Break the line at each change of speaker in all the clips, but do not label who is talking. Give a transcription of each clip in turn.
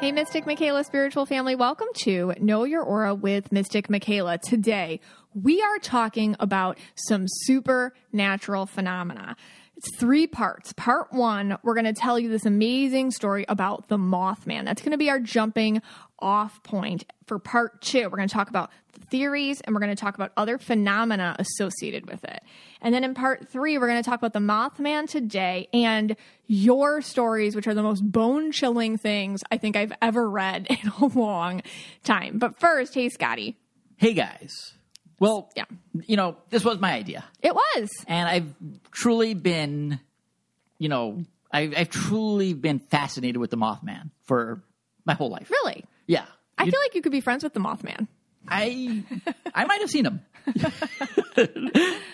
Hey, Mystic Michaela spiritual family, welcome to Know Your Aura with Mystic Michaela. Today, we are talking about some supernatural phenomena. It's three parts. Part one, we're going to tell you this amazing story about the Mothman. That's going to be our jumping off point for part two. We're going to talk about the theories and we're going to talk about other phenomena associated with it. And then in part three, we're going to talk about the Mothman today and your stories, which are the most bone chilling things I think I've ever read in a long time. But first, hey, Scotty.
Hey guys. Well,
Yeah.
you know, this was my idea.
It was.
And I've truly been, you know, I've, I've truly been fascinated with the Mothman for my whole life.
Really?
Yeah.
I feel like you could be friends with the Mothman.
I I might have seen him.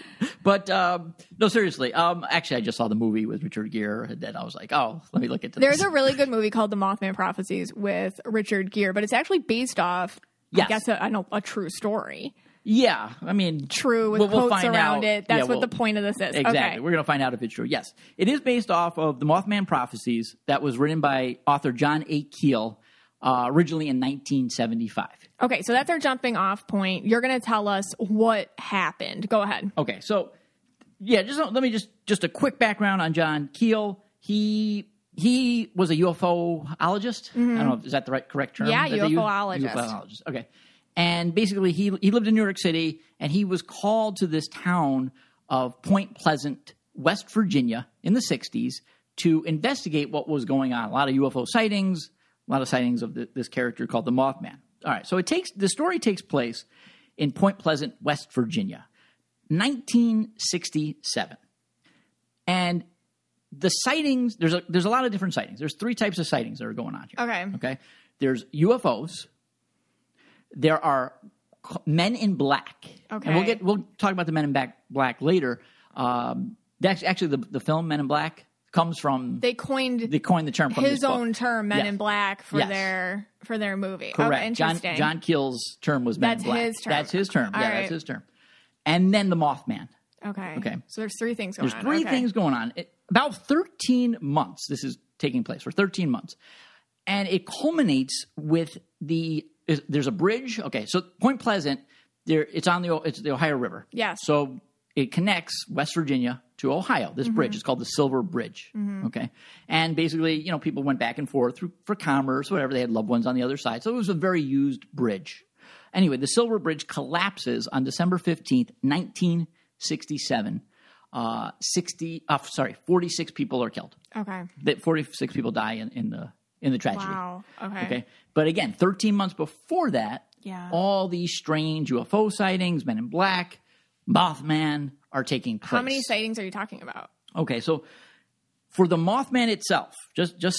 but um, no, seriously. Um, actually, I just saw the movie with Richard Gere, and then I was like, oh, let me look into
There's
this.
a really good movie called The Mothman Prophecies with Richard Gere, but it's actually based off, I
Yes.
guess, a, I know, a true story.
yeah, I mean,
True with
we'll- we'll
quotes
find
around
out.
it. That's
Yeah,
what
we'll-
the point of this is.
Exactly.
Okay.
We're going to find out if it's true. Yes. It is based off of The Mothman Prophecies that was written by author John A. Keel uh, originally in 1975.
Okay, so that's our jumping off point. You're going to tell us what happened. Go ahead.
Okay. So, yeah, just let me just just a quick background on John Keel. He he was a UFOologist. I don't know if is that the right correct term.
Mm-hmm. Yeah,
that they use?
UFOologist.
UFOologist. Okay. And basically he he lived in New York City and he was called to this town of Point Pleasant, West Virginia in the 60s to investigate what was going on. A lot of UFO sightings, a lot of sightings of the, this character called the Mothman. All right, so it takes the story takes place in Point Pleasant, West Virginia, 1967. And the sightings there's a there's a lot of different sightings. There's three types of sightings that are going on here.
Okay.
Okay. There's UFOs. There are c- men in black. And
Okay.
we'll get we'll talk about the men in black black later. Um, that's actually the the film Men in Black comes from
They coined
they coined the term from
his
this book.
own term men
Yes.
in black for
Yes.
their for their movie.
Correct.
Okay,
John
interesting.
John Keel's term was Men
That's
in Black.
his term.
That's his term.
All
yeah,
right.
that's his term. And then the Mothman.
okay.
Okay.
So there's three things going
There's
on.
three
Okay.
things going on. It- about 13 months, this is taking place for 13 months. And it culminates with the is- there's a bridge. Okay, so Point Pleasant, there it's on the O- it's the Ohio River.
Yes.
So it connects West Virginia to Ohio. This bridge is called the Silver Bridge. Okay, and basically, you know, people went back and forth through, for commerce, whatever. They had loved ones on the other side, so it was a very used bridge. Anyway, the Silver Bridge collapses on December fifteenth, nineteen sixty-seven. Uh, sixty. Uh, sorry, forty-six people are killed.
Okay.
That forty-six people die in, in the in the tragedy.
Wow. Okay.
Okay. But again, 13 months before that,
Yeah.
all these strange UFO sightings, Men in Black, Mothman are taking place.
How many sightings are you talking about?
Okay, so for the Mothman itself, just just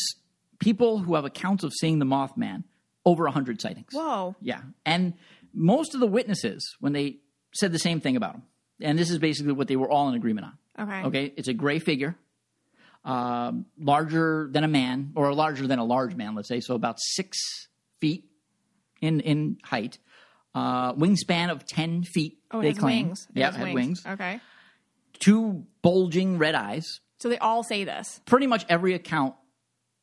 people who have accounts of seeing the Mothman, over 100 sightings.
Whoa.
Yeah. And most of the witnesses, when they said the same thing about him, and this is basically what they were all in agreement on.
Okay.
Okay, it's a gray figure, um, larger than a man, or larger than a large man, let's say, so about six feet in in height, uh, wingspan of ten feet.
Oh, it
they
has
claim.
wings. It
Yeah,
has
it had wings.
Okay.
Two bulging red eyes.
So they all say this.
Pretty much every account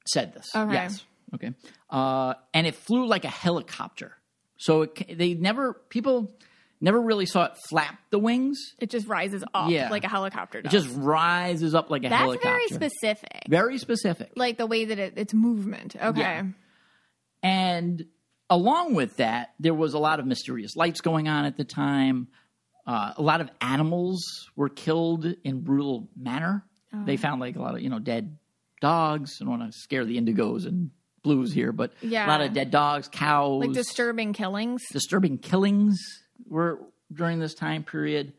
said this.
Okay.
Yes. Okay. Uh, and it flew like a helicopter. So it, ca- they never people never really saw it flap the wings.
It just rises up
Yeah.
like a helicopter
It
does.
just rises up like a
That's
helicopter.
very specific.
Very specific.
Like the way that it, it's movement. Okay.
Yeah. And along with that, there was a lot of mysterious lights going on at the time. Uh, a lot of animals were killed in brutal manner.
Oh.
They found like a lot of you know dead dogs. I don't want to scare the indigos and blues here, but
Yeah.
a lot of dead dogs, cows,
Like disturbing killings.
disturbing killings were during this time period,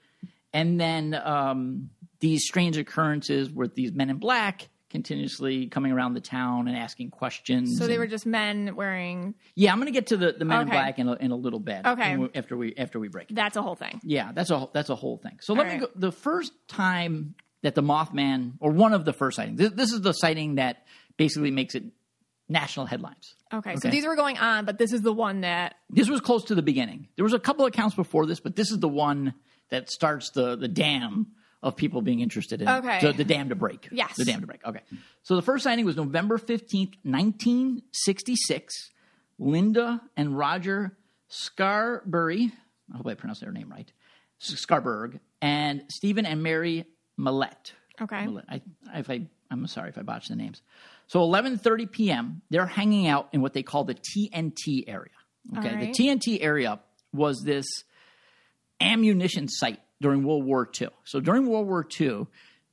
and then um, these strange occurrences with these men in black continuously coming around the town and asking questions.
So
and-
they were just men wearing.
yeah, I'm going to get to the, the Men in
Okay.
Black in a, in a little bit.
Okay.
when we- After we after we break.
That's a whole thing.
Yeah, that's a whole- that's a whole thing. So let
right.
me go. The first time that the Mothman, or one of the first sightings, this, this is the sighting that basically makes it national headlines.
Okay, so
Okay.
these were going on, but this is the one that
This was close to the beginning. There was a couple accounts before this, but this is the one that starts the the dam of people being interested in
Okay.
the, the dam to break.
Yes.
The dam to break. Okay. So the first signing was November 15th, 1966. Linda and Roger Scarberry, I hope I pronounced their name right, S- Scarberg, and Stephen and Mary Millette.
Okay.
Millette. I, if I, I'm sorry if I botched the names. So 11:30 p.m. They're hanging out in what they call the TNT area. Okay,
right.
the TNT area was this ammunition site during World War II. So during World War II,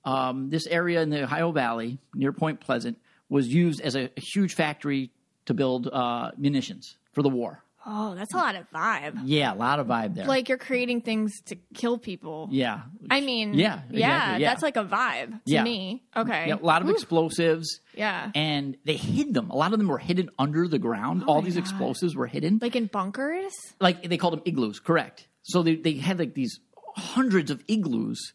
um, this area in the Ohio Valley near Point Pleasant was used as a, a huge factory to build uh, munitions for the war.
Oh, that's a lot of vibe.
Yeah, a lot of vibe there.
Like you're creating things to kill people.
yeah,
I mean,
Yeah, exactly, yeah.
that's like a vibe to
Yeah.
me. Okay.
Yeah, a lot of explosives.
Yeah.
and they hid them. A lot of them were hidden under the ground.
Oh
All these explosives were hidden.
like in bunkers?
like they called them igloos, correct? So they, they had like these hundreds of igloos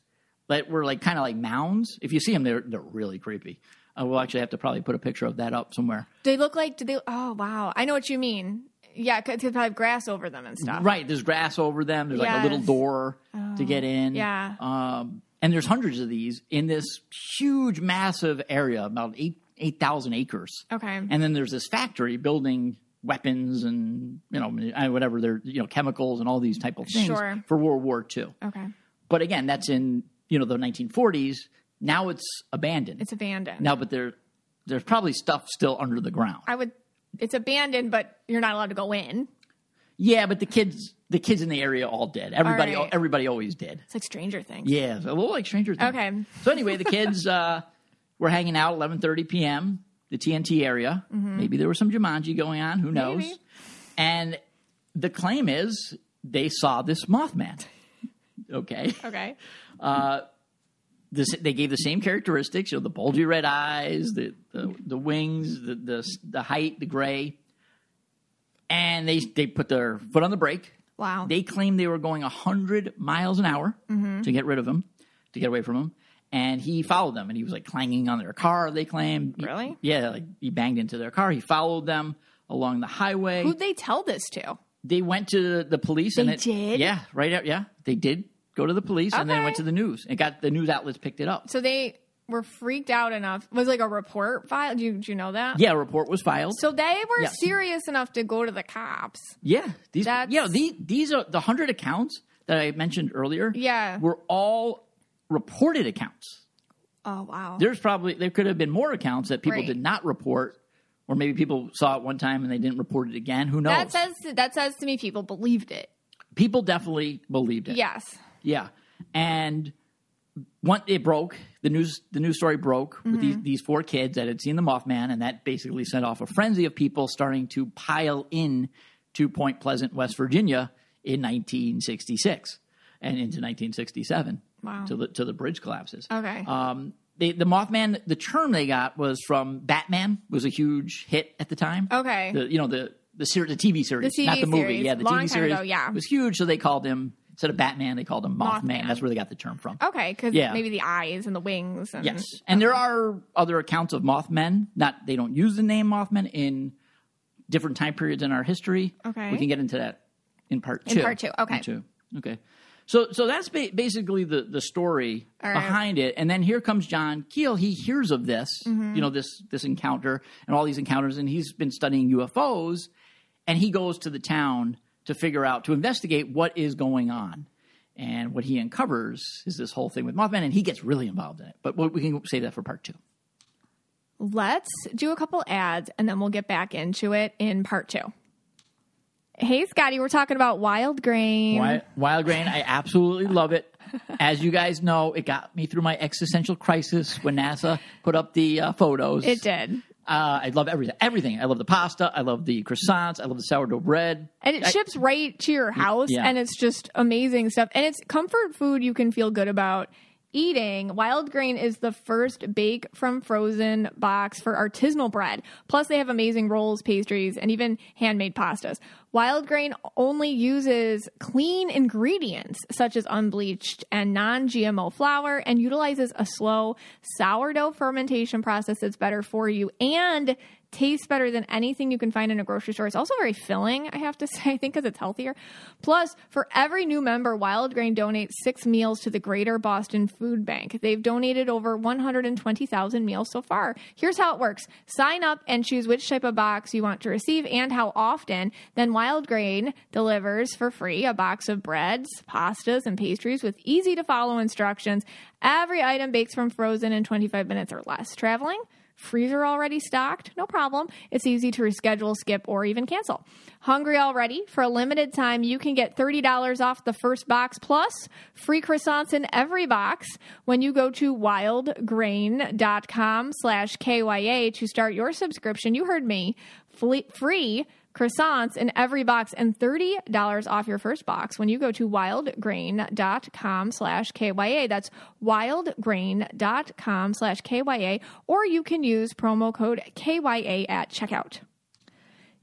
that were like kind of like mounds. If you see them, they're they're really creepy. Uh, we'll actually have to probably put a picture of that up somewhere.
They look like, do they? Oh, wow. I know what you mean. Yeah, because they have grass over them and stuff.
Right, there's grass over them. There's like a
Yes. Oh,
little door to get in.
yeah.
Um, and there's hundreds of these in this huge, massive area, about eight eight thousand acres.
Okay.
And then there's this factory building weapons and you know uh, whatever they're you know chemicals and all these type of things
Sure.
for World War II.
okay.
But again, that's in you know the 1940s. Now it's abandoned.
It's abandoned.
now, but there there's probably stuff still under the ground.
I would, it's abandoned, but you're not allowed to go in.
yeah, but the kids the kids in the area all did. Everybody
All right.
everybody always did.
It's like Stranger Things.
Yeah, it's a little like Stranger Things.
Okay.
So anyway, the kids uh, were hanging out 11:30 p.m. the TNT area. Maybe there was some Jumanji going on. Who knows?
Maybe.
And the claim is they saw this Mothman. Okay.
Okay.
This, they gave the same characteristics, you know, the bulgy red eyes, the the, the wings, the, the the height, the gray, and they they put their foot on the brake.
Wow. Mm-hmm.
They claimed they were going 100 miles an hour to get rid of him, to get away from him. And he followed them and he was like clanging on their car, they claimed. He-
Really?
yeah, like he banged into their car. He followed them along the highway.
Who'd they tell this to?
They went to the police and
They
it,
did?
Yeah, right out. Yeah, they did go to the police and then
Okay.
went to the news. It got the news outlets picked it up.
So they were freaked out enough. Was like a report filed? Do you, do you know that?
Yeah, a report was filed.
So they were
Yes.
serious enough to go to the cops.
Yeah, these
That's-
yeah the, these are the hundred accounts that I mentioned earlier.
Yeah.
were all reported accounts.
Oh wow.
There's probably there could have been more accounts that people
Right.
did not report, or maybe people saw it one time and they didn't report it again. Who knows?
that says that says to me people believed it.
people definitely believed it.
Yes.
Yeah, and one it broke the news. The news story broke with these, these four kids that had seen the Mothman, and that basically sent off a frenzy of people starting to pile in to Point Pleasant, West Virginia, in 1966 and into 1967.
Wow. Oh.
To the to the bridge collapses.
Okay.
Um, they, the Mothman, the term they got was from Batman, was a huge hit at the time.
Okay.
The, you know the the, ser- the TV series,
The
not
TV
the movie.
series.
Yeah, the
Long time
TV series
ago, yeah.
was huge, so they called him instead of Batman, they called him Mothman.
Mothman. Oh.
That's where they got the term from.
Okay, because
Yeah.
maybe the eyes and the wings. And,
Yes, and there are other accounts of Mothmen. Not they don't use the name Mothman in different time periods in our history.
Okay.
we can get into that in part two.
part two, okay.
In two. Okay. So so that's ba- basically the the story
All right.
behind it. And then here comes John Keel. He hears of this,
Mm-hmm.
you know, this this encounter and all these encounters, and he's been studying UFOs, and he goes to the town to figure out to investigate what is going on. And what he uncovers is this whole thing with Mothman, and he gets really involved in it. But we can save that for part two.
Let's do a couple ads and then we'll get back into it in part two. Hey, Scotty, we're talking about wild grain.
Wild, wild grain, I absolutely love it. As you guys know, it got me through my existential crisis when NASA put up the uh, photos.
It did.
Uh, I love everything. Everything. I love the pasta. I love the croissants. I love the sourdough bread.
And it ships right to your house,
yeah.
and it's just amazing stuff. And it's comfort food you can feel good about eating. Wild Grain is the first bake from frozen box for artisanal bread. Plus, they have amazing rolls, pastries, and even handmade pastas. Wild grain only uses clean ingredients such as unbleached and non GMO flour and utilizes a slow sourdough fermentation process that's better for you and tastes better than anything you can find in a grocery store. It's also very filling, I have to say, I think because it's healthier. Plus, for every new member, Wild Grain donates six meals to the Greater Boston Food Bank. They've donated over 120,000 meals so far. Here's how it works sign up and choose which type of box you want to receive and how often. Then, Wild Grain delivers for free a box of breads, pastas, and pastries with easy to follow instructions. Every item bakes from frozen in 25 minutes or less. Traveling? Freezer already stocked? No problem. It's easy to reschedule, skip, or even cancel. Hungry already? For a limited time, you can get $30 off the first box plus free croissants in every box when you go to wildgrain.com slash KYA to start your subscription. You heard me. Fle- free croissants in every box and $30 off your first box when you go to wildgrain.com slash kya that's wildgrain.com slash kya or you can use promo code kya at checkout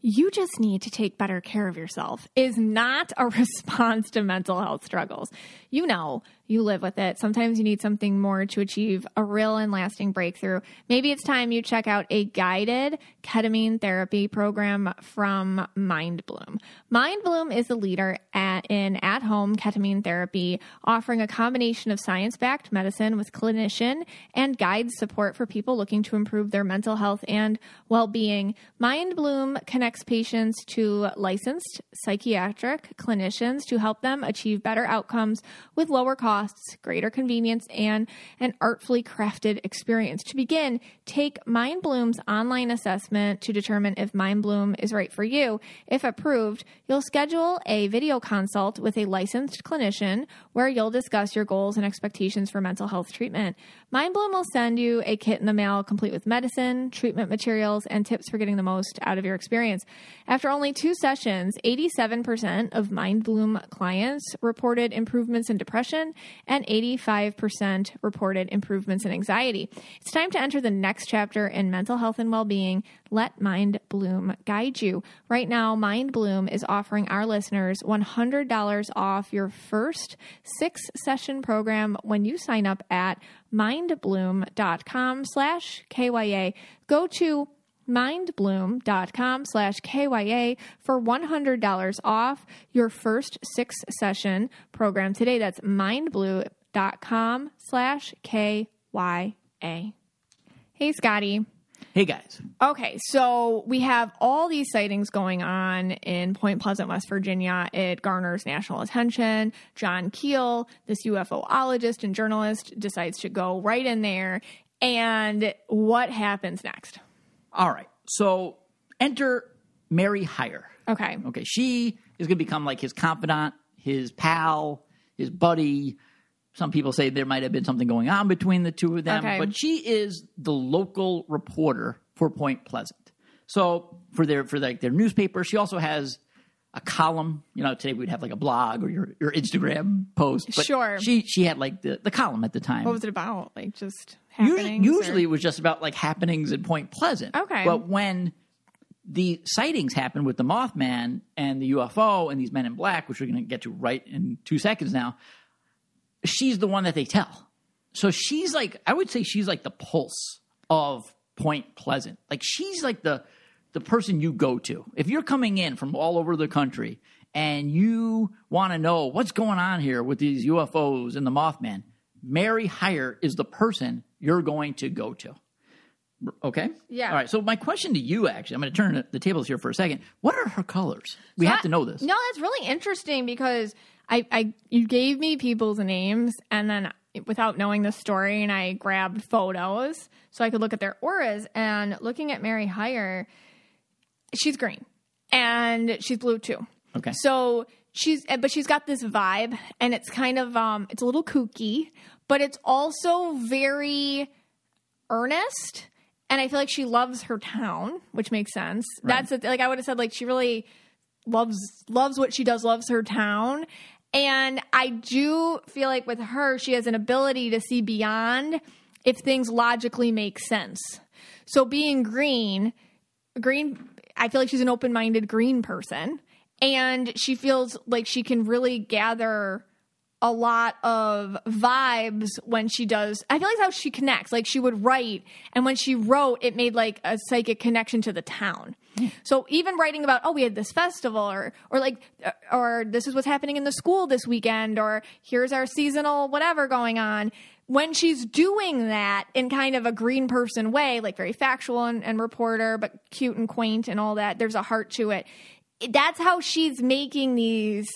you just need to take better care of yourself is not a response to mental health struggles. You know, you live with it. Sometimes you need something more to achieve a real and lasting breakthrough. Maybe it's time you check out a guided ketamine therapy program from MindBloom. MindBloom is the leader at, in at home ketamine therapy, offering a combination of science backed medicine with clinician and guide support for people looking to improve their mental health and well being. MindBloom connects patients to licensed psychiatric clinicians to help them achieve better outcomes with lower costs, greater convenience, and an artfully crafted experience. To begin, take MindBloom's online assessment to determine if MindBloom is right for you. If approved, you'll schedule a video consult with a licensed clinician where you'll discuss your goals and expectations for mental health treatment. MindBloom will send you a kit in the mail complete with medicine, treatment materials, and tips for getting the most out of your experience. After only two sessions, 87% of MindBloom clients reported improvements in depression and 85% reported improvements in anxiety. It's time to enter the next chapter in mental health and well being. Let MindBloom guide you. Right now, MindBloom is offering our listeners $100 off your first six session program when you sign up at mindbloom.com slash KYA. Go to mindbloom.com slash kya for $100 off your first six session program today that's mindblue.com slash kya hey scotty
Hey guys,
okay so we have all these sightings going on in point pleasant west virginia it garners national attention john keel this ufologist and journalist decides to go right in there and what happens next
all right. So enter Mary Heyer.
okay
Okay, she is going to become like his confidant, his pal, his buddy. Some people say there might have been something going on between the two of them,
Okay.
but she is the local reporter for Point Pleasant. So for their for like their newspaper, she also has a column. You know, today we'd have like a blog or your, your Instagram post. But
Sure.
She she had like the, the column at the time.
What was it about? Like just
Usually,
happenings.
usually it
or-
was just about like happenings in Point Pleasant.
Okay.
But when the sightings happened with the Mothman and the UFO and these Men in Black, which we're going to get to right in two seconds now, she's the one that they tell. So she's like, I would say she's like the pulse of Point Pleasant. Like she's like the the person you go to if you're coming in from all over the country and you want to know what's going on here with these UFOs and the Mothman. Mary Heyer is the person you're going to go to. Okay.
Yeah.
All right. So my question to you, actually, I'm going to turn the tables here for a second. What are her colors? We have to know this.
no, that's really interesting because I, I you gave me people's names and then without knowing the story, and I grabbed photos so I could look at their auras. And looking at Mary Heyer, she's green and she's blue too.
Okay.
So she's eh, but she's got this vibe and it's kind of um it's a little kooky, but it's also very earnest and I feel like she loves her town, which makes sense. That's the, like I would have said like she really loves loves what she does, loves her town. And I do feel like with her, she has an ability to see beyond if things logically make sense. So being green, green I feel like she's an open-minded green person and she feels like she can really gather a lot of vibes when she does. I feel like that's how she connects. Like she would write, and when she wrote, it made like a psychic connection to the town. So even writing about, oh, we had this festival, or or like, uh, or this is what's happening in the school this weekend, or here's our seasonal whatever going on. When she's doing that in kind of a green person way, like very factual and, and reporter, but cute and quaint and all that, there's a heart to it. That's how she's making these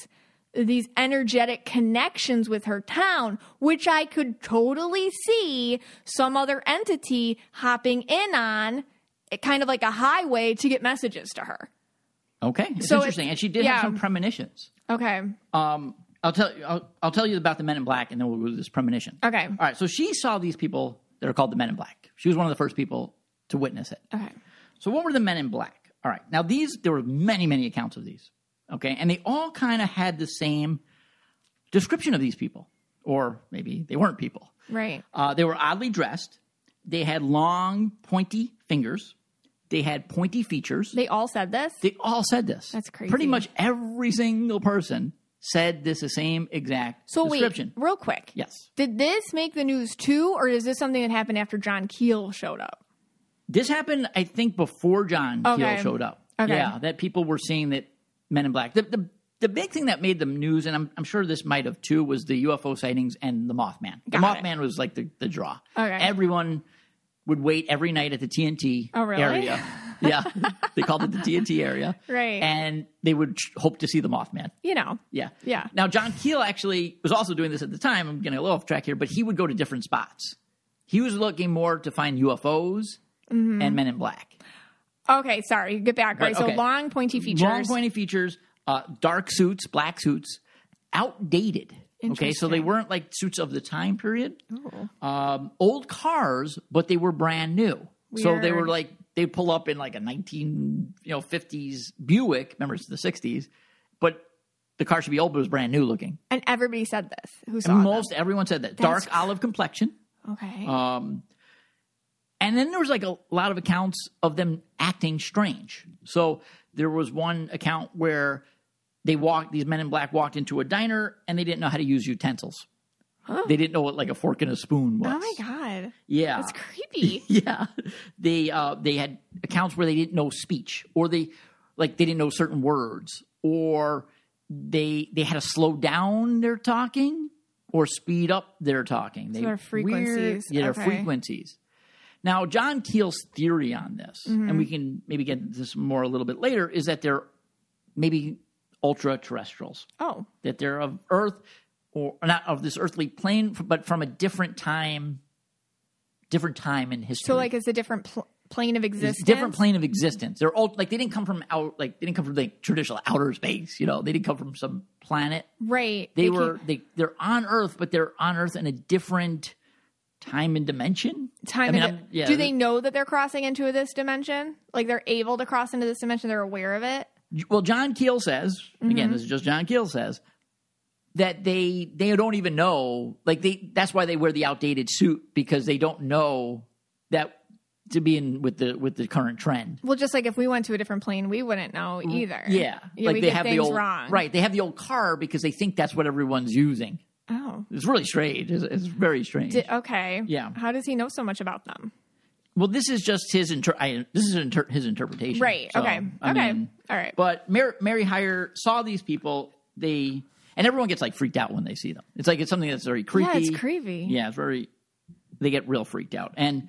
these energetic connections with her town, which I could totally see some other entity hopping in on, eh, kind of like a highway to get messages to her.
Okay, it's
So
interesting.
it's-
and she did
yeah.
have some premonitions.
Okay.
Um, I'll tell you. I'll, I'll tell you about the Men in Black, and then we'll do this premonition.
Okay.
All right. So she saw these people that are called the Men in Black. She was one of the first people to witness it.
Okay.
So what were the Men in Black? All right. Now these there were many many accounts of these. Okay, and they all kind of had the same description of these people, or maybe they weren't people.
Right.
Uh, they were oddly dressed. They had long pointy fingers. They had pointy features.
They all said this.
They all said this.
That's crazy.
Pretty much every single person said this the same exact
So wait,
description.
real quick.
Yes.
Did this make the news too, or is this something that happened after John Keel showed up?
This happened, I think, before John
Okay.
Keel showed up.
Okay.
Yeah, that people were seeing that Men in Black. The, the, the big thing that made the news, and I'm, I'm sure this might have too, was the UFO sightings and the Mothman. The
Got it.
Mothman was like the, the draw.
Okay.
Everyone would wait every night at the TNT
Oh, really?
area. Yeah, they called it the TNT area.
Right.
And they would ch- hope to see the Mothman.
You know.
Yeah.
Yeah.
Now, John Keel actually was also doing this at the time. I'm getting a little off track here, but he would go to different spots. He was looking more to find UFOs
Mm-hmm.
and men in black.
Okay, sorry. Get back. Right.
okay.
So long, pointy features.
Long pointy features, uh, dark suits, black suits, outdated. Okay, so they
Interesting. Oh.
weren't like suits of the time period. Um, old cars, but they were brand new. So they were
Weird.
like they pull up in like a nineteen you know fifties Buick. Remember it's the sixties, but the car should be old, but it was brand new looking.
And everybody said this. Who saw them.
Most everyone said that.
That's-
Dark olive complexion.
Okay.
Um, and then there was like a lot of accounts of them acting strange. So there was one account where they walked, these men in black walked into a diner and they didn't know how to use utensils. They didn't know what like a fork and a spoon was.
oh my god.
Yeah.
That's creepy.
Yeah, they uh, they had accounts where they didn't know speech, or they like they didn't know certain words, or they they had to slow down their talking or speed up their talking. They,
their frequencies.
yeah, their
Okay.
frequencies. Now, John Keel's theory on this,
Mm-hmm.
and we can maybe get into this more a little bit later, is that they're maybe ultra terrestrials
oh.
that they're of earth or not of this earthly plane f- but from a different time different time in history
So like it's a different pl- plane of
Mm-hmm. It's
existence.
a different plane of
Mm-hmm.
existence they're all like they didn't come from out like they didn't come from like traditional outer space you know they didn't come from some planet
Right.
they,
came-
were they they're on earth but they're on earth in a different time and dimension
time.
I mean,
and
I'm- yeah,
do they know that they're crossing into this dimension? Like they're able to cross into this dimension. They're aware of it.
well john keel says again
Mm-hmm.
this is just john keel says that they they don't even know like they that's why they wear the outdated suit because they don't know that to be in with the with the current trend
Well, just like if we went to a different plane, we wouldn't know either.
Mm, yeah
we get things
old
wrong.
right they have the old car because they think that's what everyone's using
Oh.
it's really strange it's, it's very strange
Di- okay.
Yeah.
How does he know so much about them?
well this is just his inter- I, this is inter- his interpretation
Right.
So,
okay.
I
okay.
mean,
All right.
But Mary, Mary Heyer saw these people. They and everyone gets like freaked out when they see them. It's like it's something that's very creepy.
yeah, it's creepy.
Yeah, it's very. They get real freaked out. And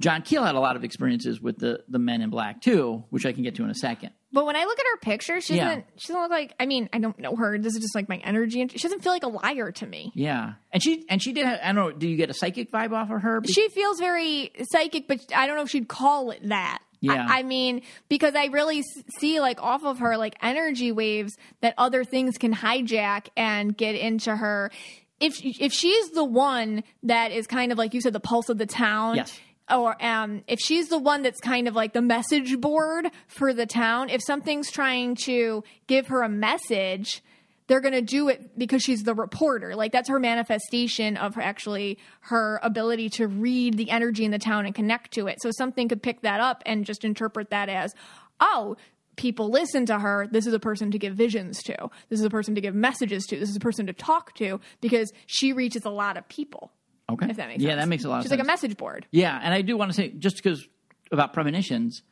John Keel had a lot of experiences with the the Men in Black too, which I can get to in a second.
But when I look at her picture, she
Yeah.
doesn't. She doesn't look like. I mean, I don't know her. This is just like my energy. and She doesn't feel like a liar to me.
Yeah, and she and she did. Have, I don't know. Do you get a psychic vibe off of her? Be-
she feels very psychic, but I don't know if she'd call it that.
Yeah.
I, I mean, because I really s- see like off of her like energy waves that other things can hijack and get into her. If if she's the one that is kind of like you said, the pulse of the town.
Yes.
Or um, if she's the one that's kind of like the message board for the town, if something's trying to give her a message, they're going to do it because she's the reporter. Like that's her manifestation of her, actually her ability to read the energy in the town and connect to it. So something could pick that up and just interpret that as, oh, people listen to her, this is a person to give visions to. This is a person to give messages to. This is a person to talk to because she reaches a lot of people.
Okay.
If that makes
yeah,
sense.
that makes a lot
She's
of sense.
like a message board.
Yeah, and I do want to say just because about premonitions,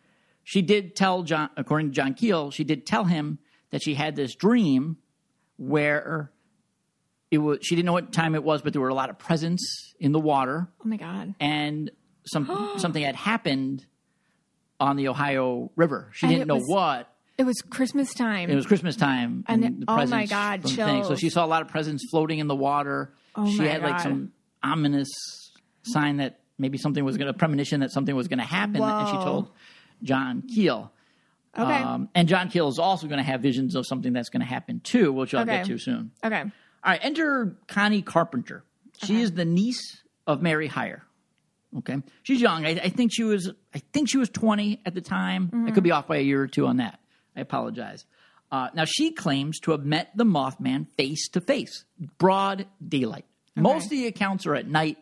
she did tell John, according to John Keel, she did tell him that she had this dream where it was. She didn't know what time it was, but there were a lot of presents in the water,
Oh my god.
and some something had happened on the Ohio River. She
And
didn't
it
know
was-
what.
It was Christmas time.
It was Christmas time,
And
and,
it-
the
oh my
presents
God,
from things. So
chills.
she saw a lot of presents floating in the water.
Oh
she
my
had like
God.
some ominous sign that maybe something was going to premonition that something was going to happen, and she
Whoa.
told John Keel. Um,
okay.
and John Keel is also going to have visions of something that's going to happen too, which I'll get
Okay.
to soon.
okay.
All right, enter Connie Carpenter. She is the niece of Mary Heyer. Okay, she's young. I, I think she was. I think she was twenty at the time. I could be off by a year or two on that. I apologize. Uh, now she claims to have met the Mothman face to face, broad daylight. Most of the accounts are at night.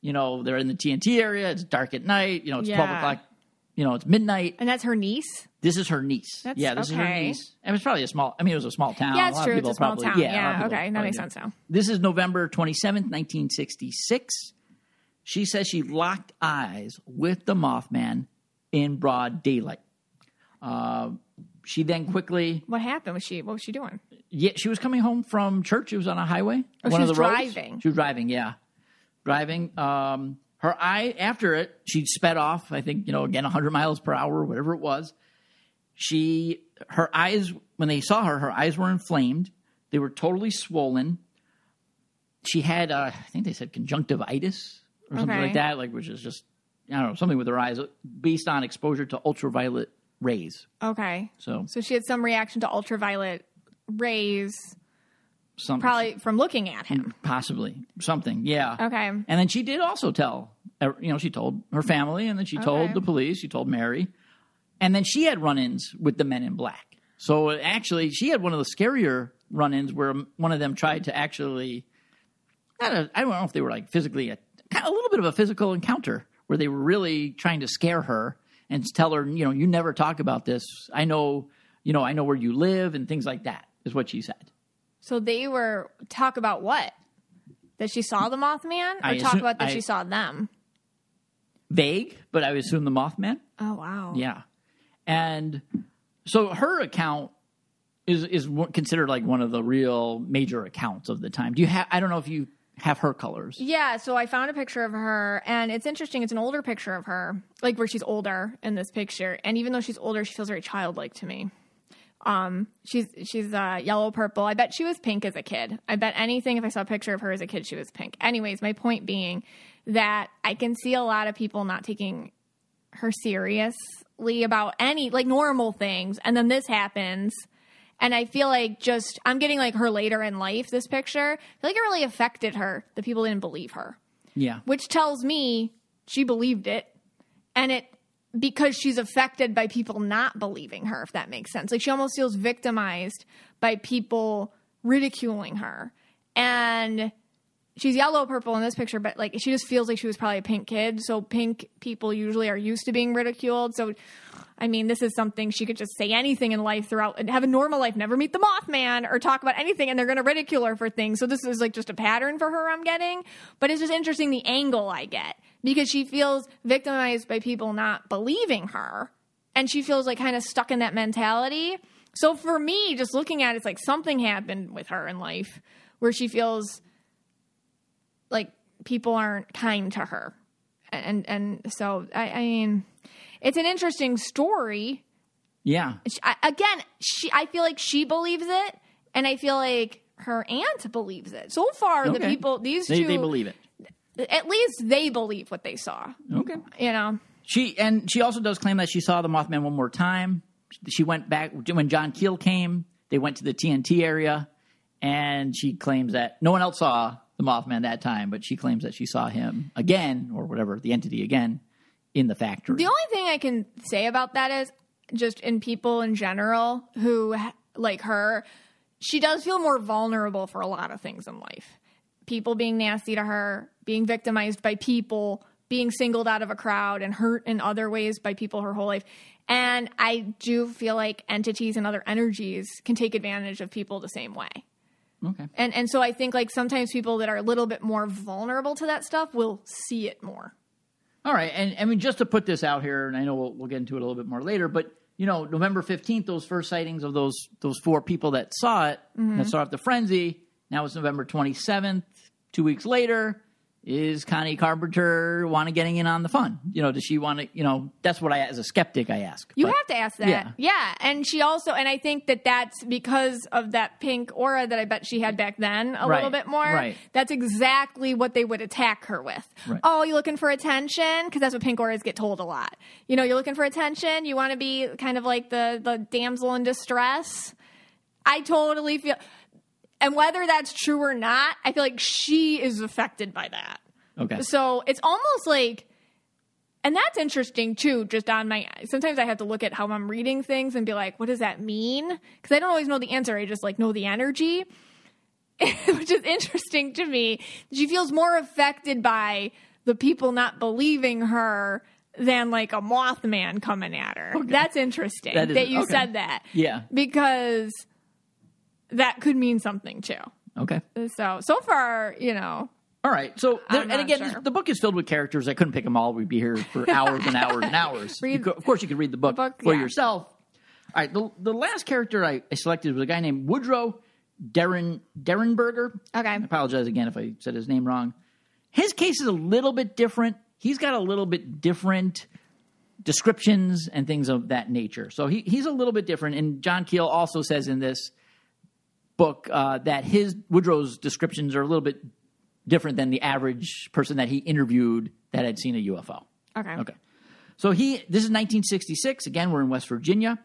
You know, they're in the TNT area. It's dark at night. You know, it's twelve
Yeah.
o'clock. You know, it's midnight.
And that's her niece.
This is her niece.
That's
yeah, this is her
okay.
niece. And it's probably a small. I mean, it was a small town.
Yeah,
a
it's
lot
true.
Of
It's
people
a small
probably,
town.
Yeah, a lot
Yeah,
of people
okay, that
probably
makes
knew.
sense now.
This is November twenty seventh, nineteen sixty six. She says she locked eyes with the Mothman in broad daylight. Uh, she then quickly,
What happened? Was she? What was she doing?
yeah, she was coming home from church. It was on a highway.
Oh,
one
she
of
was
the roads.
driving.
She was driving. Yeah, driving. Um, her eye after it, she sped off. I think you know again, hundred miles per hour, whatever it was. She, her eyes when they saw her, her eyes were inflamed. They were totally swollen. She had, uh, I think they said conjunctivitis or something
Okay.
like that, like which is just I don't know something with her eyes based on exposure to ultraviolet rays.
Okay.
So,
So she had some reaction to ultraviolet rays,
some
probably from looking at him.
possibly something, yeah.
Okay.
And then she did also tell, er, you know, she told her family and then she
Okay.
told the police, she told Mary. And then she had run ins with the men in black. So uh, actually, she had one of the scarier run ins where one of them tried to actually, I don't, I don't know if they were like physically, a, kind of a little bit of a physical encounter where they were really trying to scare her and tell her, you know, you never talk about this. I know, you know, I know where you live and things like that, is what she said.
So they were talk about what? That she saw the Mothman, or
I
talk
assume-
about that
I-
she saw them?
Vague, but I would assume the Mothman.
Oh wow.
Yeah, and so her account is is one- considered like one of the real major accounts of the time. Do you have? I don't know if you have her colors.
Yeah, so I found a picture of her, and it's interesting. It's an older picture of her, like where she's older in this picture. And even though she's older, she feels very childlike to me. Um, she's she's uh, yellow purple. I bet she was pink as a kid. I bet anything if I saw a picture of her as a kid, she was pink. Anyways, my point being that I can see a lot of people not taking her seriously about any like normal things, and then this happens. And I feel like just I'm getting like her later in life. This picture, I feel like it really affected her. The people didn't believe her,
Yeah,
which tells me she believed it, and it because she's affected by people not believing her. If that makes sense, like she almost feels victimized by people ridiculing her, and she's yellow purple in this picture, but like she just feels like she was probably a pink kid. So pink people usually are used to being ridiculed. So I mean, this is something she could just say anything in life throughout and have a normal life, never meet the Mothman or talk about anything, and they're going to ridicule her for things. So this is like just a pattern for her I'm getting. But it's just interesting the angle I get because she feels victimized by people not believing her and she feels like kind of stuck in that mentality. So for me, just looking at it, it's like something happened with her in life where she feels like people aren't kind to her and and so i, I mean it's an interesting story
yeah,
She- I, again she i feel like she believes it and i feel like her aunt believes it so far the
Okay.
people these
they,
two
they believe it.
at least they believe what they saw
Okay,
you know
she and she also does claim that she saw the Mothman one more time. She went back when John Keel came. They went to the TNT area, and she claims that no one else saw the Mothman that time, but she claims that she saw him again or whatever the entity again in the factory.
The only thing I can say about that is just in people in general who like her, she does feel more vulnerable for a lot of things in life. People being nasty to her, being victimized by people, being singled out of a crowd and hurt in other ways by people her whole life. And I do feel like entities and other energies can take advantage of people the same way.
Okay.
And and so I think like sometimes people that are a little bit more vulnerable to that stuff will see it more.
All right, and I mean just to put this out here, and I know we'll, we'll get into it a little bit more later, but you know, November fifteenth, those first sightings of those those four people that saw it,
Mm-hmm.
that saw it the frenzy. Now it's November twenty seventh. Two weeks later, is Connie Carpenter want to getting in on the fun? You know, does she want to? You know, that's what I as a skeptic I ask.
You
But-
have to ask that.
Yeah.
Yeah. And she also, and I think that that's because of that pink aura that I bet she had back then a
Right.
little bit more.
Right.
That's exactly what they would attack her with.
Right.
Oh, you looking for attention? Because that's what pink auras get told a lot. You know, you're looking for attention. You want to be kind of like the, the damsel in distress. I totally feel, and whether that's true or not, I feel like she is affected by that.
okay.
So it's almost like, and that's interesting too, just on my, sometimes I have to look at how I'm reading things and be like, what does that mean? Because I don't always know the answer. I just like know the energy, which is interesting to me. She feels more affected by the people not believing her than like a Mothman coming at her. That's interesting
That
that,
is-
you
okay.
said that
Yeah.
because that could mean something too.
Okay.
So, so far, you know,
All right. So,
I'm
there, and
not
again,
sure.
this- the book is filled with characters. I couldn't pick them all. We'd be here for hours and hours and hours. You
Read-
could- of course, you could read the book,
book,
for
yeah.
yourself. All right. The, the last character I, I selected was a guy named Woodrow Derin, Derenberger.
Okay.
I apologize again if I said his name wrong. His case is a little bit different. He's got a little bit different descriptions and things of that nature. So he, he's a little bit different. And John Keel also says in this book uh, that his Woodrow's descriptions are a little bit different than the average person that he interviewed that had seen a UFO.
okay.
Okay. So he, this is 1966. Again, we're in West Virginia.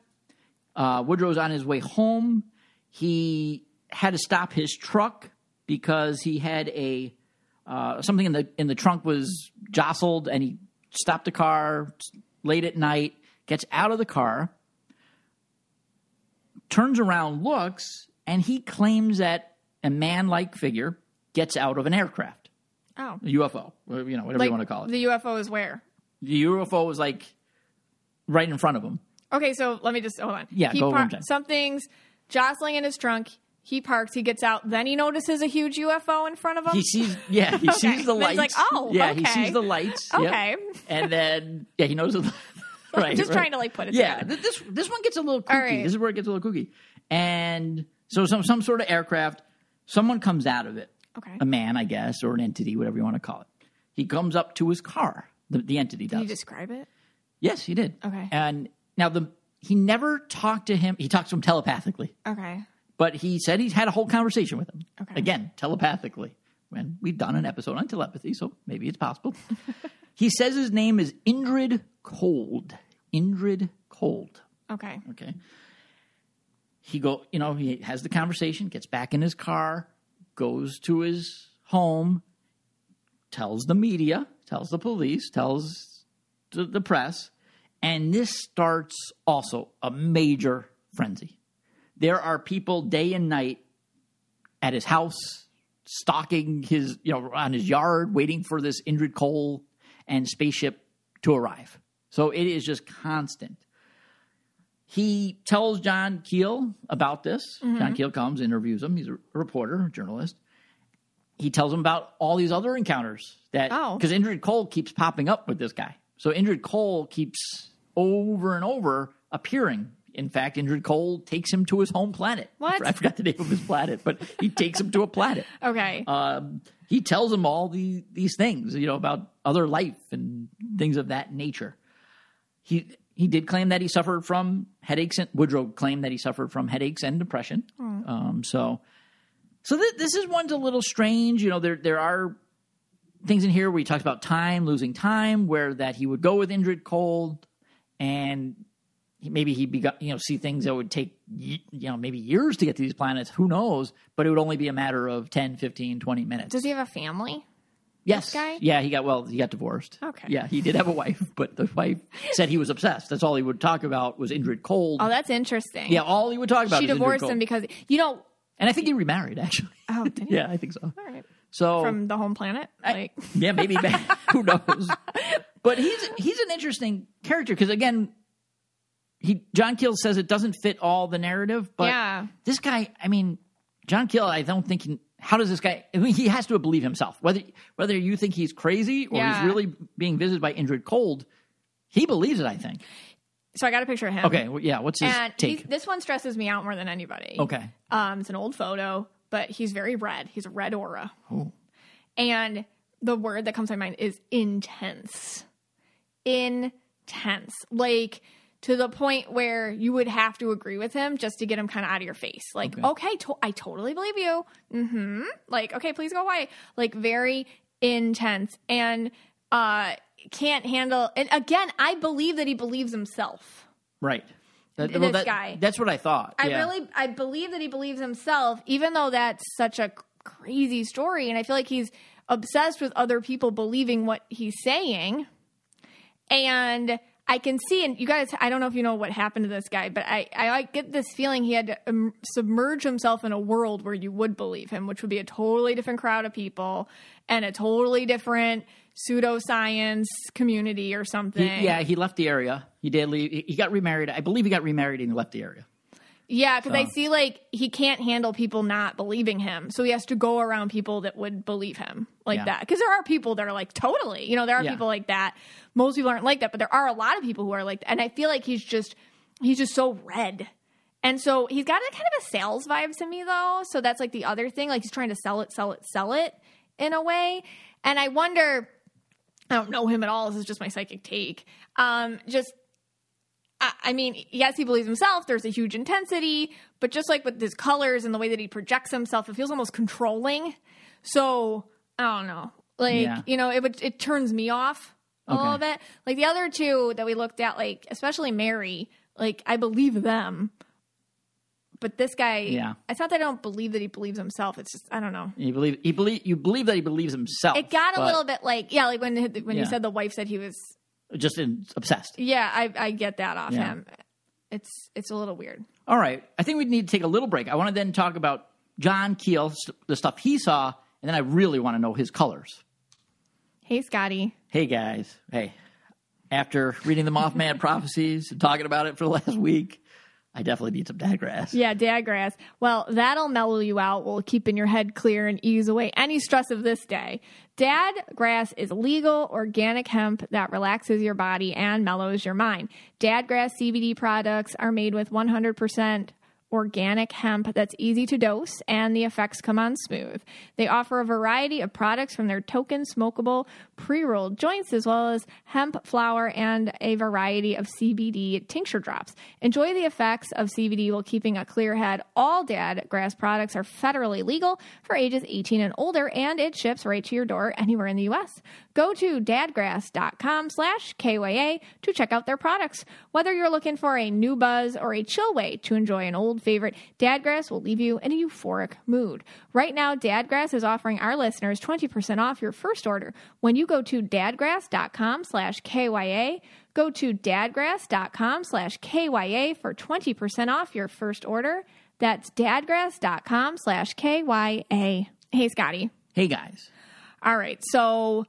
Uh, Woodrow's on his way home. He had to stop his truck because he had a uh, something in the in the trunk was jostled, and he stopped the car late at night. Gets out of the car, turns around, looks, and he claims that a man-like figure gets out of an aircraft,
Oh.
a UFO, or, you know, whatever you want to call it.
The UFO is where?
The UFO was like right in front of him.
Okay, so let me just hold on.
Yeah,
he
go one time.
Something's jostling in his trunk. He parks. He gets out. Then he notices a huge UFO in front of him.
He sees, yeah, he
Okay.
sees the
Then
lights.
he's like, "Oh,
yeah, he
okay.
sees the lights. yep.
Okay.
and then yeah, he knows. The, right,
just
right.
trying to like put it
Yeah,
together.
th- this this one gets a little
All
kooky.
right.
This is where it gets a little kooky. And so some some sort of aircraft, someone comes out of it.
Okay.
a man, I guess, or an entity, whatever you want to call it. He comes up to his car. The, the entity does.
Can you describe it?
yes, he did.
Okay.
And now the he never talked to him. He talked to him telepathically.
Okay.
but he said he's had a whole conversation with him
Okay.
again telepathically when we've done an episode on telepathy so maybe it's possible he says his name is indrid cold indrid cold
Okay.
okay he go you know he has the conversation gets back in his car goes to his home tells the media tells the police tells the, the press and this starts also a major frenzy there are people day and night at his house stalking his you know on his yard waiting for this indrid cole and spaceship to arrive so it is just constant he tells John Keel about this. John Keel comes, interviews him. He's a reporter, a journalist. He tells him about all these other encounters that
Oh.
because Indrid Cole keeps popping up with this guy. So Indrid Cole keeps over and over appearing. In fact, Indrid Cole takes him to his home planet.
What?
I forgot the name of his planet, but he takes him to a planet
Okay.
um, he tells them all the, these things, you know, about other life and things of that nature. He he did claim that he suffered from headaches. And, Woodrow claimed that he suffered from headaches and depression. Um, so, so th- this is one's a little strange. You know, there there are things in here where he talks about time, losing time, where that he would go with Indrid Cold, and he- maybe he'd be you know see things that would take ye- you know maybe years to get to these planets who knows but it would only be a matter of 10 15 20 minutes
Does he have a family?
yes
guy?
yeah he got well he got divorced
Okay.
yeah he did have a wife but the wife said he was obsessed that's all he would talk about was indrid cold
Oh, that's interesting.
yeah all he would talk about
She
was Indrid
divorced
Cold.
him because you know.
and i think he remarried actually
Oh, dang.
yeah i think so
All right.
So
from the home planet. Like,
yeah, maybe back, who knows? But he's he's an interesting character because again, he John Keel says it doesn't fit all the narrative, but
Yeah.
this guy, I mean, John Keel, I don't think he, how does this guy? I mean, he has to believe himself. Whether whether you think he's crazy or
Yeah.
he's really being visited by Indrid Cold, he believes it. I think.
so I got a picture of him.
Okay, well, yeah. What's his
And he's-
take?
this one stresses me out more than anybody.
Okay.
Um, it's an old photo, but he's very red. He's a red aura.
Oh.
And the word that comes to my mind is intense. Intense. Like to the point where you would have to agree with him just to get him kind of out of your face. Like, okay, to- I totally believe you. Mm-hmm. Like, okay, please go away. Like very intense and uh can't handle and again, I believe that he believes himself.
Right. That,
This
that-
guy.
That's what I thought.
I
yeah.
really I believe that he believes himself, even though that's such a crazy story, and I feel like he's obsessed with other people believing what he's saying. And I can see, and you guys, I don't know if you know what happened to this guy, but I I, I get this feeling he had to um, submerge himself in a world where you would believe him, which would be a totally different crowd of people and a totally different pseudoscience community or something.
He- yeah, he left the area. He did leave. He- He got remarried. I believe he got remarried and he left the area.
Yeah, because
Oh.
I see like he can't handle people not believing him, so he has to go around people that would believe him like
Yeah.
that. Because there are people that are like totally, you know, there are
Yeah.
people like that. Most people aren't like that, but there are a lot of people who are like, and I feel like he's just he's just so red, and so he's got a kind of a sales vibe to me though. So that's like the other thing, like he's trying to sell it, sell it, sell it in a way, and I wonder. I don't know him at all. This is just my psychic take. Um, just I I mean, yes, he believes himself. There's a huge intensity, but just like with his colors and the way that he projects himself, it feels almost controlling. So I don't know. Like
Yeah.
you know, it would it turns me off a
Okay.
little bit. Like the other two that we looked at, like especially Mary, like I believe them, but this guy,
Yeah.
it's not that I don't believe that he believes himself. It's just I don't know.
He believe he believe you believe that he believes himself.
It got a
but
little bit like yeah, like when when you
Yeah.
said the wife said he was
just in, obsessed.
yeah, I I get that off
Yeah.
him. It's it's a little weird.
All right, I think we need to take a little break. I want to then talk about John Keel, st- the stuff he saw, and then I really want to know his colors.
Hey, Scotty.
Hey guys, hey. After reading the Mothman prophecies and talking about it for the last week, I definitely need some digress.
Yeah, dadgrass. Well, that'll mellow you out while keeping your head clear and ease away any stress of this day. Dadgrass is legal, organic hemp that relaxes your body and mellows your mind. Dadgrass CBD products are made with 100% organic hemp that's easy to dose and the effects come on smooth. They offer a variety of products from their token smokable pre-rolled joints as well as hemp flower and a variety of CBD tincture drops. Enjoy the effects of CBD while keeping a clear head. All dad grass products are federally legal for ages 18 and older and it ships right to your door anywhere in the US. Go to dadgrass.com slash KYA to check out their products. Whether you're looking for a new buzz or a chill way to enjoy an old favorite, Dadgrass will leave you in a euphoric mood. Right now, Dadgrass is offering our listeners 20% off your first order when you go to dadgrass.com slash KYA. Go to dadgrass.com slash KYA for 20% off your first order. That's dadgrass.com slash KYA. Hey, Scotty.
Hey guys.
All right. So,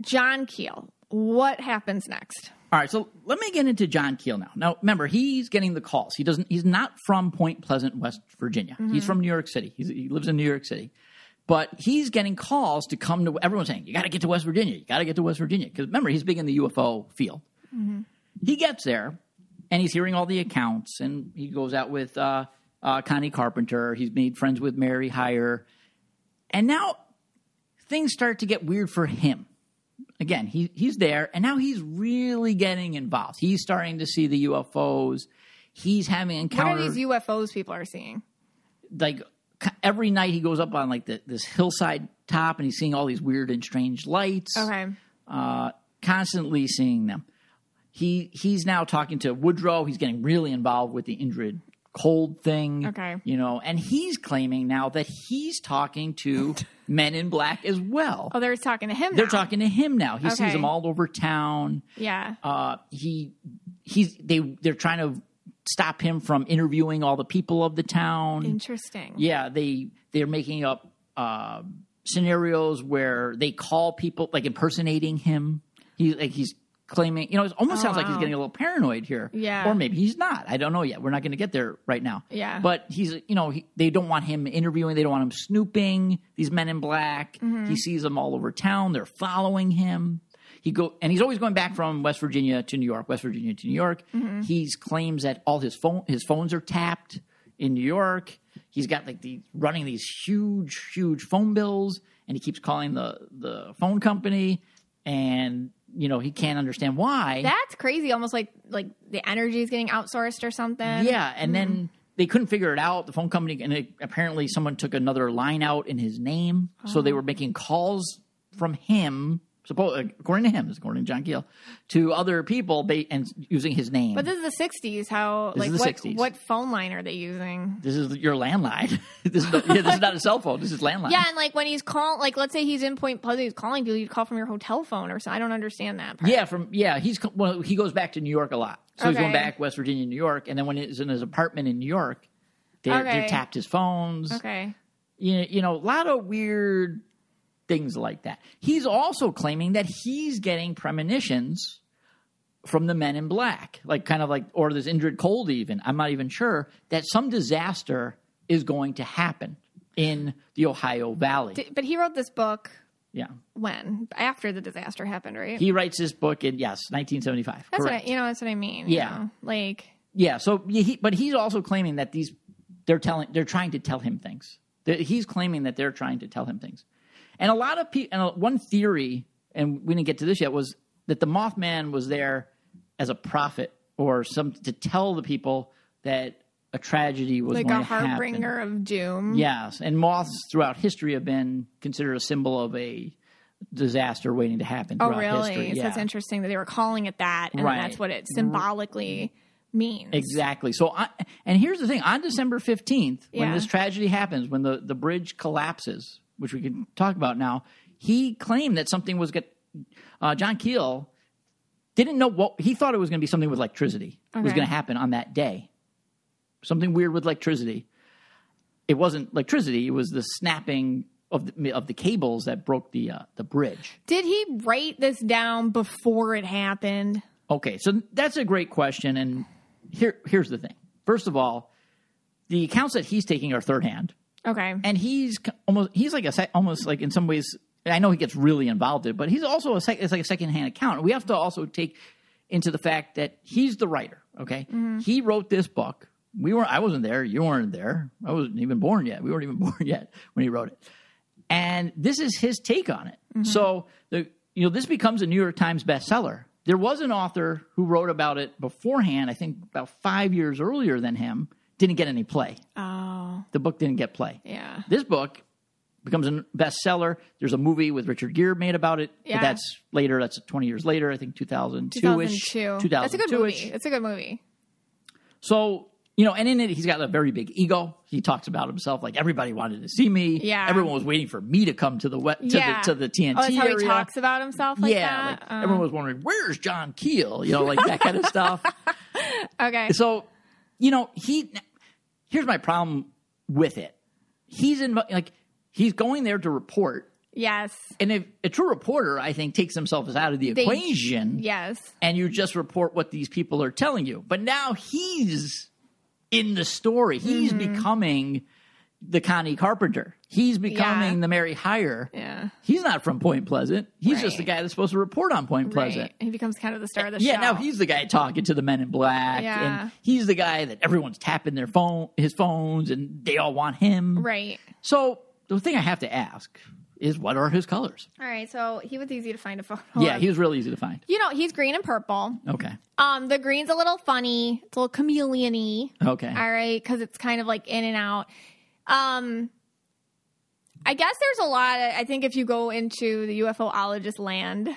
John Keel, what happens next?
All right, so let me get into John Keel now. Now, remember, he's getting the calls. He doesn't. He's not from Point Pleasant, West Virginia.
Mm-hmm.
He's from New York City. He's, he lives in New York City, but he's getting calls to come to. Everyone's saying, "You got to get to West Virginia. You got to get to West Virginia." Because remember, he's big in the UFO field.
Mm-hmm.
He gets there, and he's hearing all the accounts, and he goes out with uh, uh, Connie Carpenter. He's made friends with Mary Heyer, and now things start to get weird for him again, he, he's there, and now he's really getting involved. He's starting to see the UFOs. He's having
What are
encounters
these UFOs people are seeing?
like c- every night. He goes up on like the, this hillside top, and he's seeing all these weird and strange lights.
Okay.
uh, constantly seeing them. He he's now talking to Woodrow. He's getting really involved with the Indrid Cold thing.
Okay.
you know, and he's claiming now that he's talking to Men in Black as well.
Oh, they're talking to him
They're
now.
talking to him now. He
Okay.
sees them all over town.
yeah.
uh, he he's they they're trying to stop him from Um, interviewing all the people of the town.
Interesting.
yeah, they they're making up uh, scenarios where they call people like impersonating him. He like he's claiming, you know, it almost sounds like he's
wow.
getting a little paranoid here.
Oh. Yeah.
Or maybe he's not. I don't know yet. We're not going to get there right now.
Yeah.
But he's, you know, he, they don't want him interviewing. They don't want him snooping. These men in black. He sees them all over town. They're following him. He go and he's always going back from West Virginia to New York, West Virginia to New York. He's claims that all his phone his phones are tapped in New York. He's got like the running these huge, huge phone bills, and he keeps calling the the phone company, and you know he can't understand why.
That's crazy. Almost like like the energy is getting outsourced or something.
Yeah, and
Mm-hmm.
then they couldn't figure it out. The phone company and it, apparently someone took another line out in his name, so
Oh.
they were making calls from him. Suppo- according to him, according to John Keel, to other people ba- and using his name.
But this is the '60s. How
This
like
is the Uh,
what
60s.
what phone line are they using?
this is your landline. this, is not, yeah, this is not a cell phone. This is landline.
Yeah, and like when he's call like let's say he's in Point Pleasant, he's calling people. You'd call from your hotel phone or something. I don't understand that. Part.
Yeah, from yeah, he's co- well, he goes back to New York a lot. So he's going
Okay.
back West Virginia, New York, and then when he's in his apartment in New York, they
Okay.
they tapped his phones.
Okay.
You, you know, a lot of weird things like that. He's also claiming that he's getting premonitions from the Men in Black, like kind of like or this Indrid Cold even. I'm not even sure that some disaster is going to happen in the Ohio Valley.
D- But he wrote this book
yeah,
when after the disaster happened, right?
he writes this book in yes, 1975.
that's
correct.
what I, you know. That's what I mean. you
Yeah.
know? Like
Yeah. So, yeah, he, but he's also claiming that these they're telling they're trying to tell him things. That He's claiming that they're trying to tell him things, and a lot of people. And uh, one theory, and we didn't get to this yet, was that the Mothman was there as a prophet or some to tell the people that a tragedy was
like
going
a
to happen.
harbinger of doom.
Yes, and moths throughout history have been considered a symbol of a disaster waiting to happen.
Oh,
Throughout
really?
History.
So
Yeah.
it's interesting that they were calling it that, and then
Right.
that's what it symbolically means.
Exactly. So, I, and here's the thing: on December fifteenth, when
Yeah.
this tragedy happens, when the the bridge collapses, which we can talk about now, he claimed that something was get. Uh, John Keel didn't know what he thought it was going to be something with electricity was
Okay.
going to happen on that day. Something weird with electricity. It wasn't electricity; it was the snapping of the, of the cables that broke the uh, the bridge.
Did he write this down before it happened?
Okay, so that's a great question, and here here's the thing. First of all, the accounts that he's taking are third hand,
Okay.
and he's c- almost he's like a sec- almost like in some ways. I know he gets really involved in, it, but he's also a sec, it's like a second hand account. We have to also take into the fact that he's the writer. Okay, he wrote this book. We were I wasn't there. You weren't there. I wasn't even born yet. We weren't even born yet when he wrote it and this is his take on it. So the you know this becomes a New York Times bestseller. There was an author who wrote about it beforehand. I think about five years earlier than him. Didn't get any play.
oh,
The book didn't get play.
yeah.
This book becomes a bestseller. There's a movie with Richard Gere made about it. But
Yeah.
that's later. That's 20 years later. I think 2002 ish.
2002. That's a good movie. It's a good movie.
So, you know, and in it, he's got a very big ego. He talks about himself like everybody wanted to see me.
Yeah.
Everyone was waiting for me to come to the we- to
yeah.
the to the TNT
Oh, that's how he
area.
talks about himself like
yeah,
that? Uh.
like, everyone was wondering where's John Keel, you know, like that kind of stuff.
Um, okay.
So, you know, he here's my problem with it. He's in like he's going there to report,
Yes.
and if a true reporter, I think, takes himself out of the
They-
equation,
Yes.
and you just report what these people are telling you. But now he's in the story. He's becoming the Connie Carpenter. He's becoming
Mm-hmm. Yeah.
the Mary Hire.
Yeah.
He's not from Point Pleasant. He's just the
Right.
guy that's supposed to report on Point Pleasant.
Right. He becomes kind of the star of the
Yeah,
show.
now he's the guy talking to the men in black,
Yeah.
and he's the guy that everyone's tapping their phone, his phones, and they all want him.
Right.
So the thing I have to ask is, what are his colors?
All right. So he was easy to find a photo.
yeah, he was really easy to find.
You know, he's green and purple.
Okay,
Um, the green's a little funny. It's a little chameleon-y.
okay,
All right, because it's kind of like in and out. Um, I guess there's a lot. Of, I think if you go into the UFOologist land,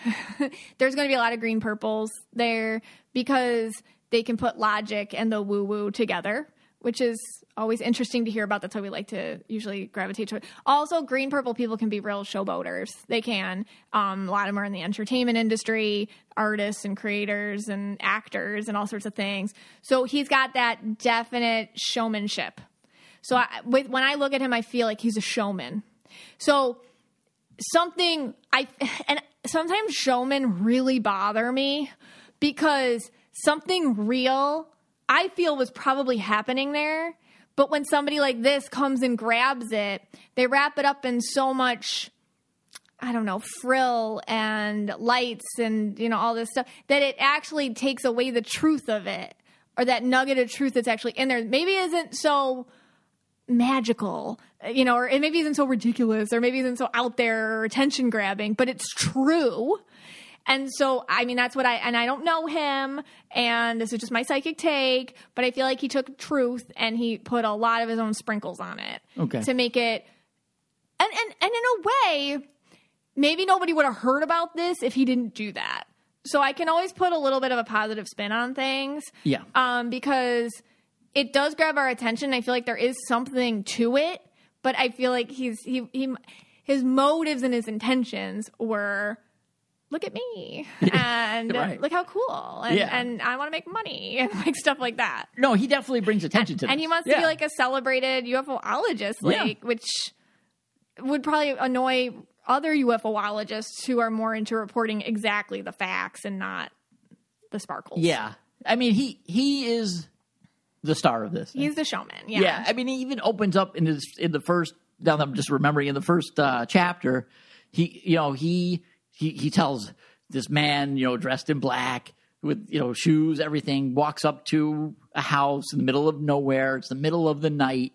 there's going to be a lot of green purples there because they can put logic and the woo woo together, which is always interesting to hear about. That's why we like to usually gravitate to it. Also, green purple people can be real showboaters. They can. Um, a lot of them are in the entertainment industry, artists and creators and actors and all sorts of things. So he's got that definite showmanship. So I, with, when I look at him, I feel like he's a showman. So something I and sometimes showmen really bother me because something real I feel was probably happening there. But when somebody like this comes and grabs it, they wrap it up in so much I don't know, frill and lights and you know all this stuff that it actually takes away the truth of it or that nugget of truth that's actually in there. Maybe isn't so magical, you know, or it maybe isn't so ridiculous or maybe isn't so out there or attention grabbing, but it's true. And so, I mean, that's what I, and I don't know him, and this is just my psychic take, but I feel like he took truth and he put a lot of his own sprinkles on it
Okay.
to make it, and, and, and in a way, maybe nobody would have heard about this if he didn't do that. So I can always put a little bit of a positive spin on things.
Yeah.
Um, because it does grab our attention. I feel like there is something to it, but I feel like he's he he his motives and his intentions were look at me and
Right.
look how cool and,
Yeah.
and I want to make money and like stuff like that.
No, he definitely brings attention to this.
And he wants to be like a celebrated UFOologist,
Yeah.
like which would probably annoy other UFOologists who are more into reporting exactly the facts and not the sparkles.
Yeah. I mean, he he is the star of this.
He's the showman.
yeah. I mean, he even opens up in his in the first. Now that I'm just remembering in the first uh, chapter, he you know he he he tells this man you know dressed in black with you know shoes everything walks up to a house in the middle of nowhere. It's the middle of the night,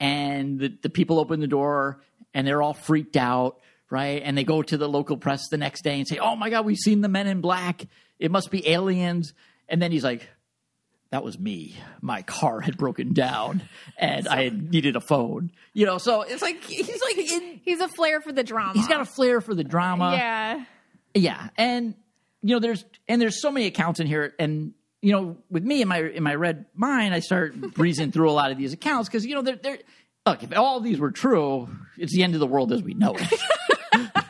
and the, the people open the door and they're all freaked out, right? And they go to the local press the next day and say, "Oh my God, we've seen the Men in Black. It must be aliens." And then he's like, that was me. My car had broken down and I had needed a phone. You know, so it's like he's like in,
He's a flair for the drama.
he's got a uh, flair for the drama.
yeah.
Yeah. And you know, there's and there's so many accounts in here and you know, with me in my in my red mind, I start breezing through a lot of these accounts because you know they're they're look, if all these were true, it's the end of the world as we know it.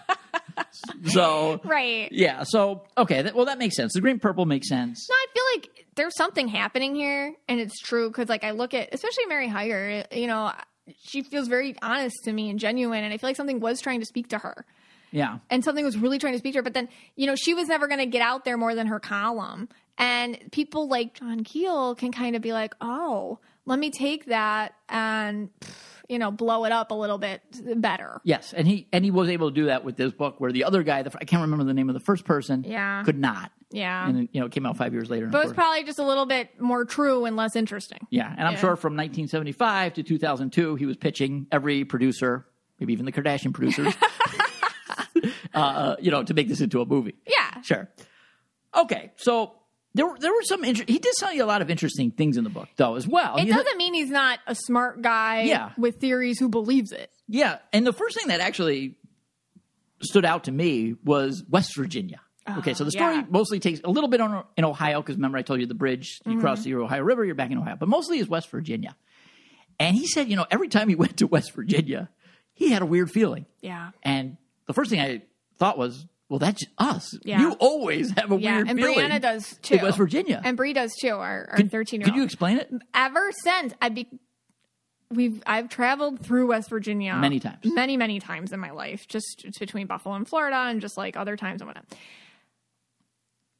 so
Right.
yeah, so okay, that, well that makes sense. The green purple makes sense.
No, I feel like there's something happening here, and it's true because, like, I look at especially Mary Heyer. You know, she feels very honest to me and genuine, and I feel like something was trying to speak to her,
Yeah.
and something was really trying to speak to her. But then, you know, she was never going to get out there more than her column, and people like John Keel can kind of be like, "Oh, let me take that and." pff, you know, blow it up a little bit better.
Yes, and he and he was able to do that with this book, where the other guy, the, I can't remember the name of the first person,
Yeah.
could not,
Yeah.
and then, you know, it came out five years later. and
but
of
it was
course-
probably just a little bit more true and less interesting.
yeah, and I'm
Yeah.
sure from 1975 to 2002, he was pitching every producer, maybe even the Kardashian producers, uh, you know, to make this into a movie.
Yeah.
Sure. Okay, so there were- there were some inter- he did tell you a lot of interesting things in the book though as well.
It
He-
doesn't mean he's not a smart guy
Yeah.
with theories who believes it.
yeah, and the first thing that actually stood out to me was West Virginia. okay, so the
Ah,
story
yeah.
mostly takes a little bit on in Ohio because remember I told you the bridge
Mm-hmm.
you cross the Ohio River, you're back in Ohio, but mostly is West Virginia. And he said, you know, every time he went to West Virginia, he had a weird feeling.
Yeah.
And the first thing I thought was, well, that's us.
Yeah.
You always have a
Yeah.
weird
and
feeling.
Brianna does too.
in West Virginia.
And Bree does too, our our
Could-
13 year
Could you
old.
explain it?
Ever since I be we've I've traveled through West Virginia
Many times.
Many, many times in my life. Just it's between Buffalo and Florida and just like other times and whatnot.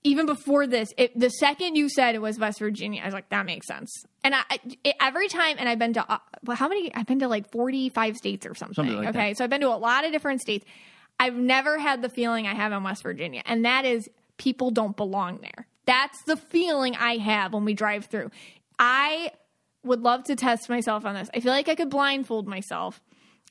Even before this, it, the second you said it was West Virginia, I was like, that makes sense. And I, I it, every time, and I've been to, uh, well, how many? I've been to like 45 states or something.
Something like that.
okay. So I've been to a lot of different states. I've never had the feeling I have in West Virginia, and that is people don't belong there. That's the feeling I have when we drive through. I would love to test myself on this. I feel like I could blindfold myself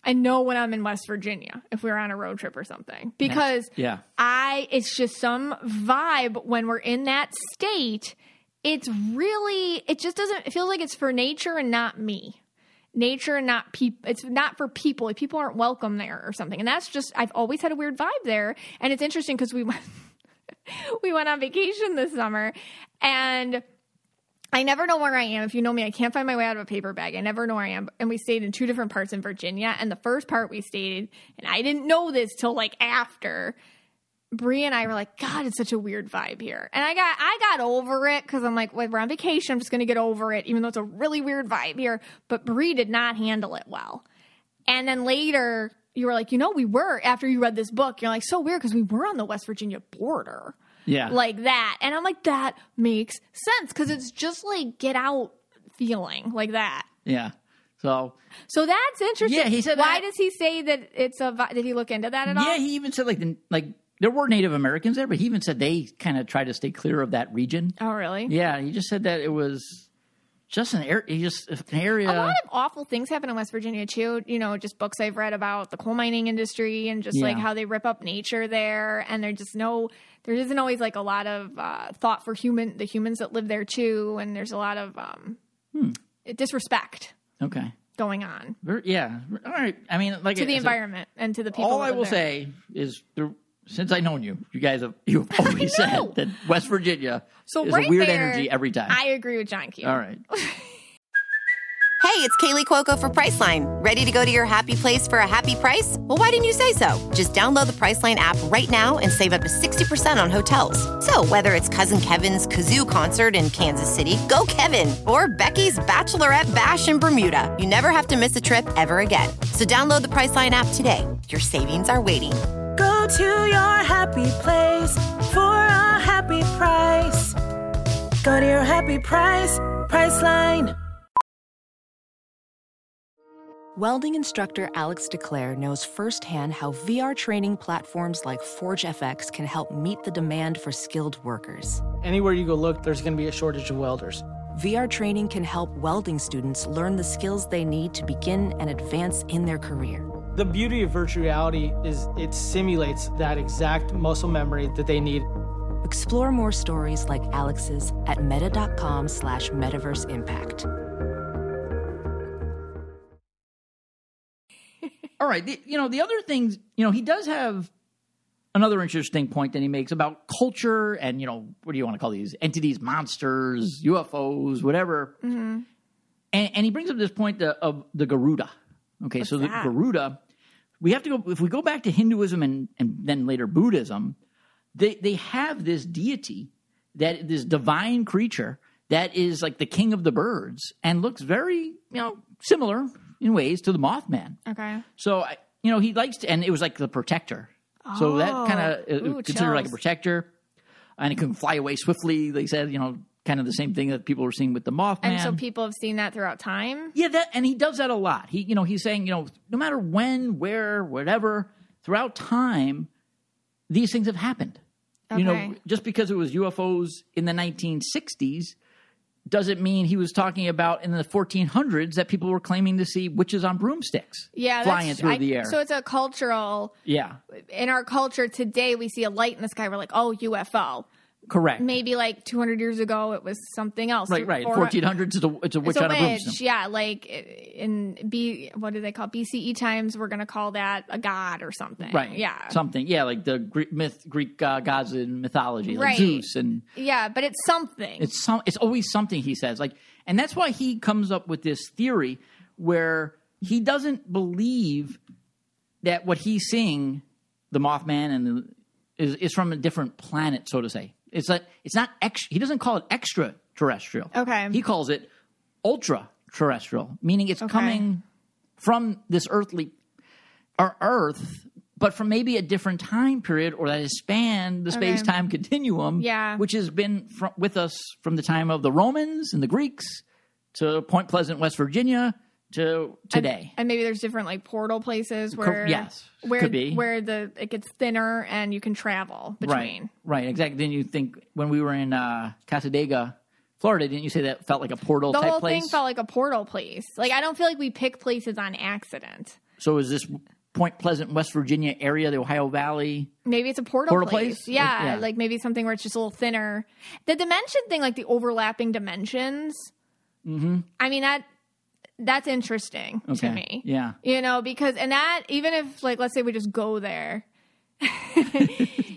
and know when I'm in West Virginia if we were on a road trip or something because
Yeah.
I it's just some vibe when we're in that state. It's really it just doesn't it feels like it's for nature and not me. Nature and not people. It's not for people. If people aren't welcome there or something, and that's just I've always had a weird vibe there. And it's interesting because we went we went on vacation this summer, and I never know where I am. If you know me, I can't find my way out of a paper bag. I never know where I am. And we stayed in two different parts in Virginia. And the first part we stayed, and I didn't know this till like after. Bree and I were like, God, it's such a weird vibe here. And I got I got over it because I'm like, well, we're on vacation. I'm just gonna get over it, even though it's a really weird vibe here. But Bree did not handle it well. And then later, you were like, you know, we were after you read this book. You're like, so weird because we were on the West Virginia border,
Yeah.
like that. And I'm like, that makes sense because it's just like get out feeling like that.
yeah. So
So that's interesting.
Yeah, he said
Why
that-
does he say that it's a? vi- Did he look into that at all?
yeah, he even said like the like there were Native Americans there, but he even said they kind of tried to stay clear of that region.
oh, really?
Yeah, he just said that it was just an area, just an
A lot
area.
of awful things happen in West Virginia too. You know, just books I've read about the coal mining industry and just like
Yeah.
how they rip up nature there, and there's just no, there isn't always like a lot of uh, thought for human the humans that live there too, and there's a lot of um,
Hmm.
disrespect
okay,
going on
Ver- yeah, all right. I mean, like
to the
I said,
environment and to the people.
All
that
I
live
will
there.
say is there, since I've known you, you guys have you've always said that West Virginia
So
is
right
a weird
there,
energy every time.
I agree with John Q.
all right,
Hey, it's Kaylee Cuoco for Priceline. Ready to go to your happy place for a happy price? Well, why didn't you say so? Just download the Priceline app right now and save up to 60% on hotels. So, whether it's Cousin Kevin's Kazoo concert in Kansas City, go Kevin, or Becky's Bachelorette Bash in Bermuda, you never have to miss a trip ever again. So, download the Priceline app today. Your savings are waiting.
Go to your happy place for a happy price. Go to your happy price, Priceline.
Welding instructor Alex DeClaire knows firsthand how VR training platforms like ForgeFX can help meet the demand for skilled workers.
Anywhere you go look, there's going to be a shortage of welders.
VR training can help welding students learn the skills they need to begin and advance in their career.
The beauty of virtual reality is it simulates that exact muscle memory that they need.
Explore more stories like Alex's at meta.com slash metaverse impact.
all right. The, you know the other things. You know he does have another interesting point that he makes about culture and you know what do you want to call these entities, monsters, UFOs, whatever. And, and he brings up this point the, of the Garuda. Okay, so the Garuda. We have to go if we go back to Hinduism and, and then later Buddhism. they they have this deity that this divine creature that is like the king of the birds and looks very you know similar in ways to the Mothman.
Okay.
So I, you know he likes to, and it was like the protector. So that
Oh.
kind of
Ooh,
considered like a
chills.
protector, and it can fly away swiftly. They said you know kind of the same thing that people were seeing with the Mothman.
And so people have seen that throughout time.
Yeah, that and he does that a lot. He you know, he's saying, you know, no matter when, where, whatever, throughout time, these things have happened. You know,
Okay.
just because it was UFOs in the 1960s doesn't mean he was talking about in the 1400s that people were claiming to see witches on broomsticks
Yeah,
flying
that's,
through
I-
the air.
So it's a cultural.
yeah,
in our culture today, we see a light in the sky. We're like, oh, UFO.
correct.
Maybe like 200 years ago, it was something else.
Right, right.
Or-
1400s is a, it's a witch
it's a
on a
witch.
broomstick.
Yeah, like in B, what do they call BCE times? We're gonna call that a god or something.
Right.
Yeah.
Something. Yeah, like the Greek myth, Greek uh, gods in mythology, like
Right.
Zeus and
yeah, but it's something.
It's some. It's always something he says. Like, and that's why he comes up with this theory where he doesn't believe that what he's seeing, the Mothman, and the, is is from a different planet, so to say. It's like it's not. Ex, he doesn't call it extraterrestrial.
Okay.
He calls it ultra terrestrial, meaning it's coming from this earthly or Earth. But from maybe a different time period, or that has spanned the space time continuum,
Yeah.
which has been fr- with us from the time of the Romans and the Greeks to Point Pleasant, West Virginia, to today.
and maybe there's different like portal places
Cor-
where
yes,
where
could be.
where the it gets thinner and you can travel between.
right, right, exactly. Then you think when we were in uh, Casadega, Florida, didn't you say that felt like a portal
The
type
whole
place?
thing felt like a portal place. Like I don't feel like we pick places on accident.
so is this Point Pleasant, West Virginia area, the Ohio Valley?
Maybe it's a portal,
Portal
place.
place?
Yeah,
Like- yeah.
like maybe something where it's just a little thinner. The dimension thing, like the overlapping dimensions. Mm-hmm. I mean that that's interesting to
Okay,
me.
yeah.
you know because and that even if like let's say we just go there.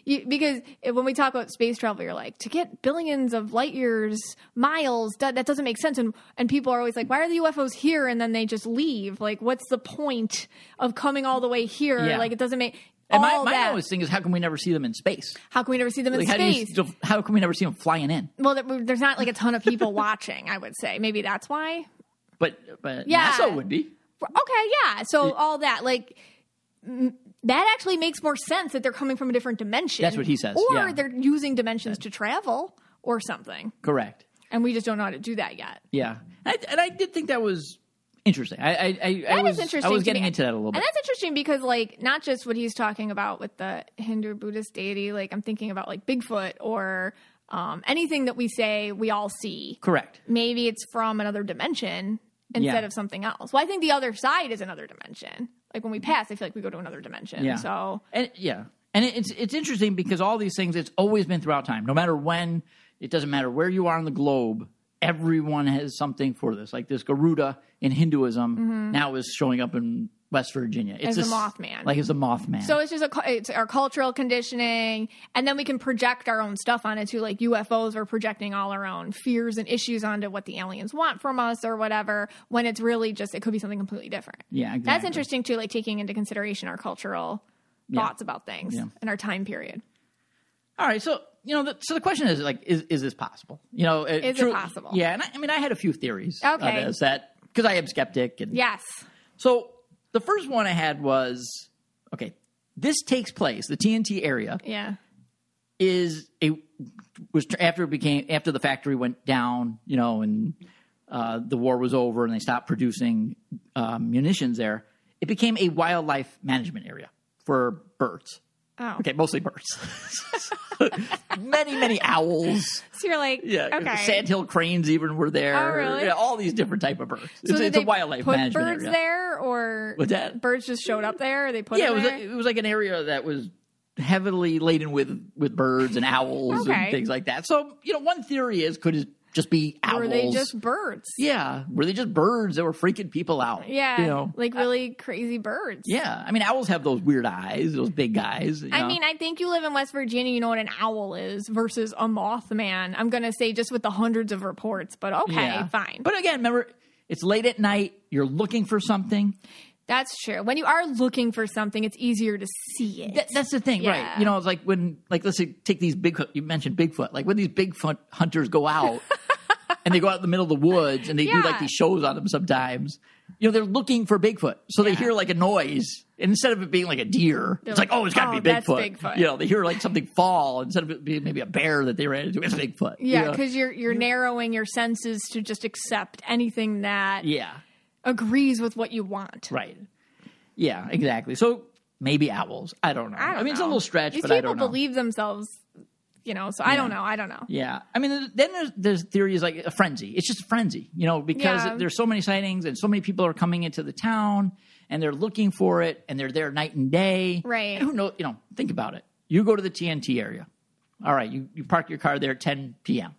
you, because if- when we talk about space travel, you're like to get billions of light years, miles. That, that doesn't make sense, and and people are always like, "Why are the UFOs here?" And then they just leave. Like, what's the point of coming all the way here?
Yeah.
Like, it doesn't make.
And my,
all
my
that.
always thing is, how can we never see them in space?
How can we never see them in
Like, how, do you,
space?
still- how can we never see them flying in?
well, there- there's not like a ton of people watching. I would say maybe that's why.
But but
Yeah.
NASA would be.
Okay, yeah. So all that like that actually makes more sense that they're coming from a different dimension.
That's what he says,
Or
yeah.
they're using dimensions to travel or something.
Correct.
And we just don't know how to do that yet.
Yeah, and I, and I did think that was interesting. I, I, I, I
That is
was,
interesting.
I was
to
getting
me.
into that a little bit.
And that's interesting because, like, not just what he's talking about with the Hindu Buddhist deity, like, I'm thinking about, like, Bigfoot or um, anything that we say we all see.
Correct.
Maybe it's from another dimension instead
Yeah.
of something else. Well, I think the other side is another dimension. Like, when we pass, I feel like we go to another dimension.
Yeah.
So,
And yeah, and it- it's it's interesting because all these things it's always been throughout time. No matter when, it doesn't matter where you are on the globe. Everyone has something for this. Like this Garuda in Hinduism now is showing up in West Virginia. It's
Mm-hmm. As the
this-
Mothman.
Like it's the Mothman.
So it's just a, cu- it's our cultural conditioning, and then we can project our own stuff on it too. Like UFOs, we're projecting all our own fears and issues onto what the aliens want from us or whatever. When it's really just it could be something completely different.
yeah, exactly.
That's interesting too. Like taking into consideration our cultural thoughts about things and our time period.
All right, so you know, the, so the question is like, is is this possible? You know, is
it possible?
Yeah, and I, I mean, I had a few theories.
Okay.
of this that because I am skeptic, and
Yes.
So the first one I had was okay. This takes place. The TNT area
Yeah.
is a was tr- after it became after the factory went down. You know, and uh, the war was over, and they stopped producing uh, munitions there. It became a wildlife management area for birds.
Oh.
Okay, mostly birds. many, many owls.
So you're like,
Yeah,
okay.
sandhill cranes even were there.
Oh, really?
Yeah, all these different type of birds.
so
it's
did
it's a
they
wildlife
put
management
birds
area.
there, or
What's that?
birds just showed up there? Or they put
yeah, it
them
was,
there?
like, it was like an area that was heavily laden with with birds and owls
Okay.
and things like that. So you know, one theory is could it just be owls?
Were they just birds?
yeah? Were they just birds that were freaking people out?
Yeah,
you know,
like really crazy birds.
yeah. I mean, owls have those weird eyes, those big guys. you
I
know.
mean, I think you live in West Virginia, you know what an owl is versus a mothman. I'm going to say just with the hundreds of reports, but okay,
Yeah.
fine.
But again, remember, it's late at night. You're looking for something.
That's true. When you are looking for something, it's easier to see it.
That, that's the thing, right?
Yeah.
You know, it's like when, like, let's say, take these big. You mentioned Bigfoot. Like when these Bigfoot hunters go out and they go out in the middle of the woods and they do
Yeah.
like these shows on them sometimes. You know, they're looking for Bigfoot, so they hear like a noise. And instead of it being like a deer, it's like,
like,
oh, it's got to
"Oh,
be
that's
Bigfoot.
Bigfoot.
You know, they hear like something fall instead of it being maybe a bear that they ran into. It's Bigfoot. you
yeah,
know?
because you're you're narrowing your senses to just accept anything that
yeah,
agrees with what you want.
right, yeah, exactly. So maybe owls. I don't know.
I, don't
mean, it's a
know.
little stretch,
These
but
people
I don't know.
believe themselves, you know. So I don't know. I don't know.
Yeah, I mean, th- then there's, there's theories like a frenzy. It's just a frenzy, you know, because
Yeah.
there's so many sightings and so many people are coming into the town and they're looking for it and they're there night and day.
Right.
And who knows? You know, think about it. You go to the TNT area. All right, you, you park your car there at 10 p.m.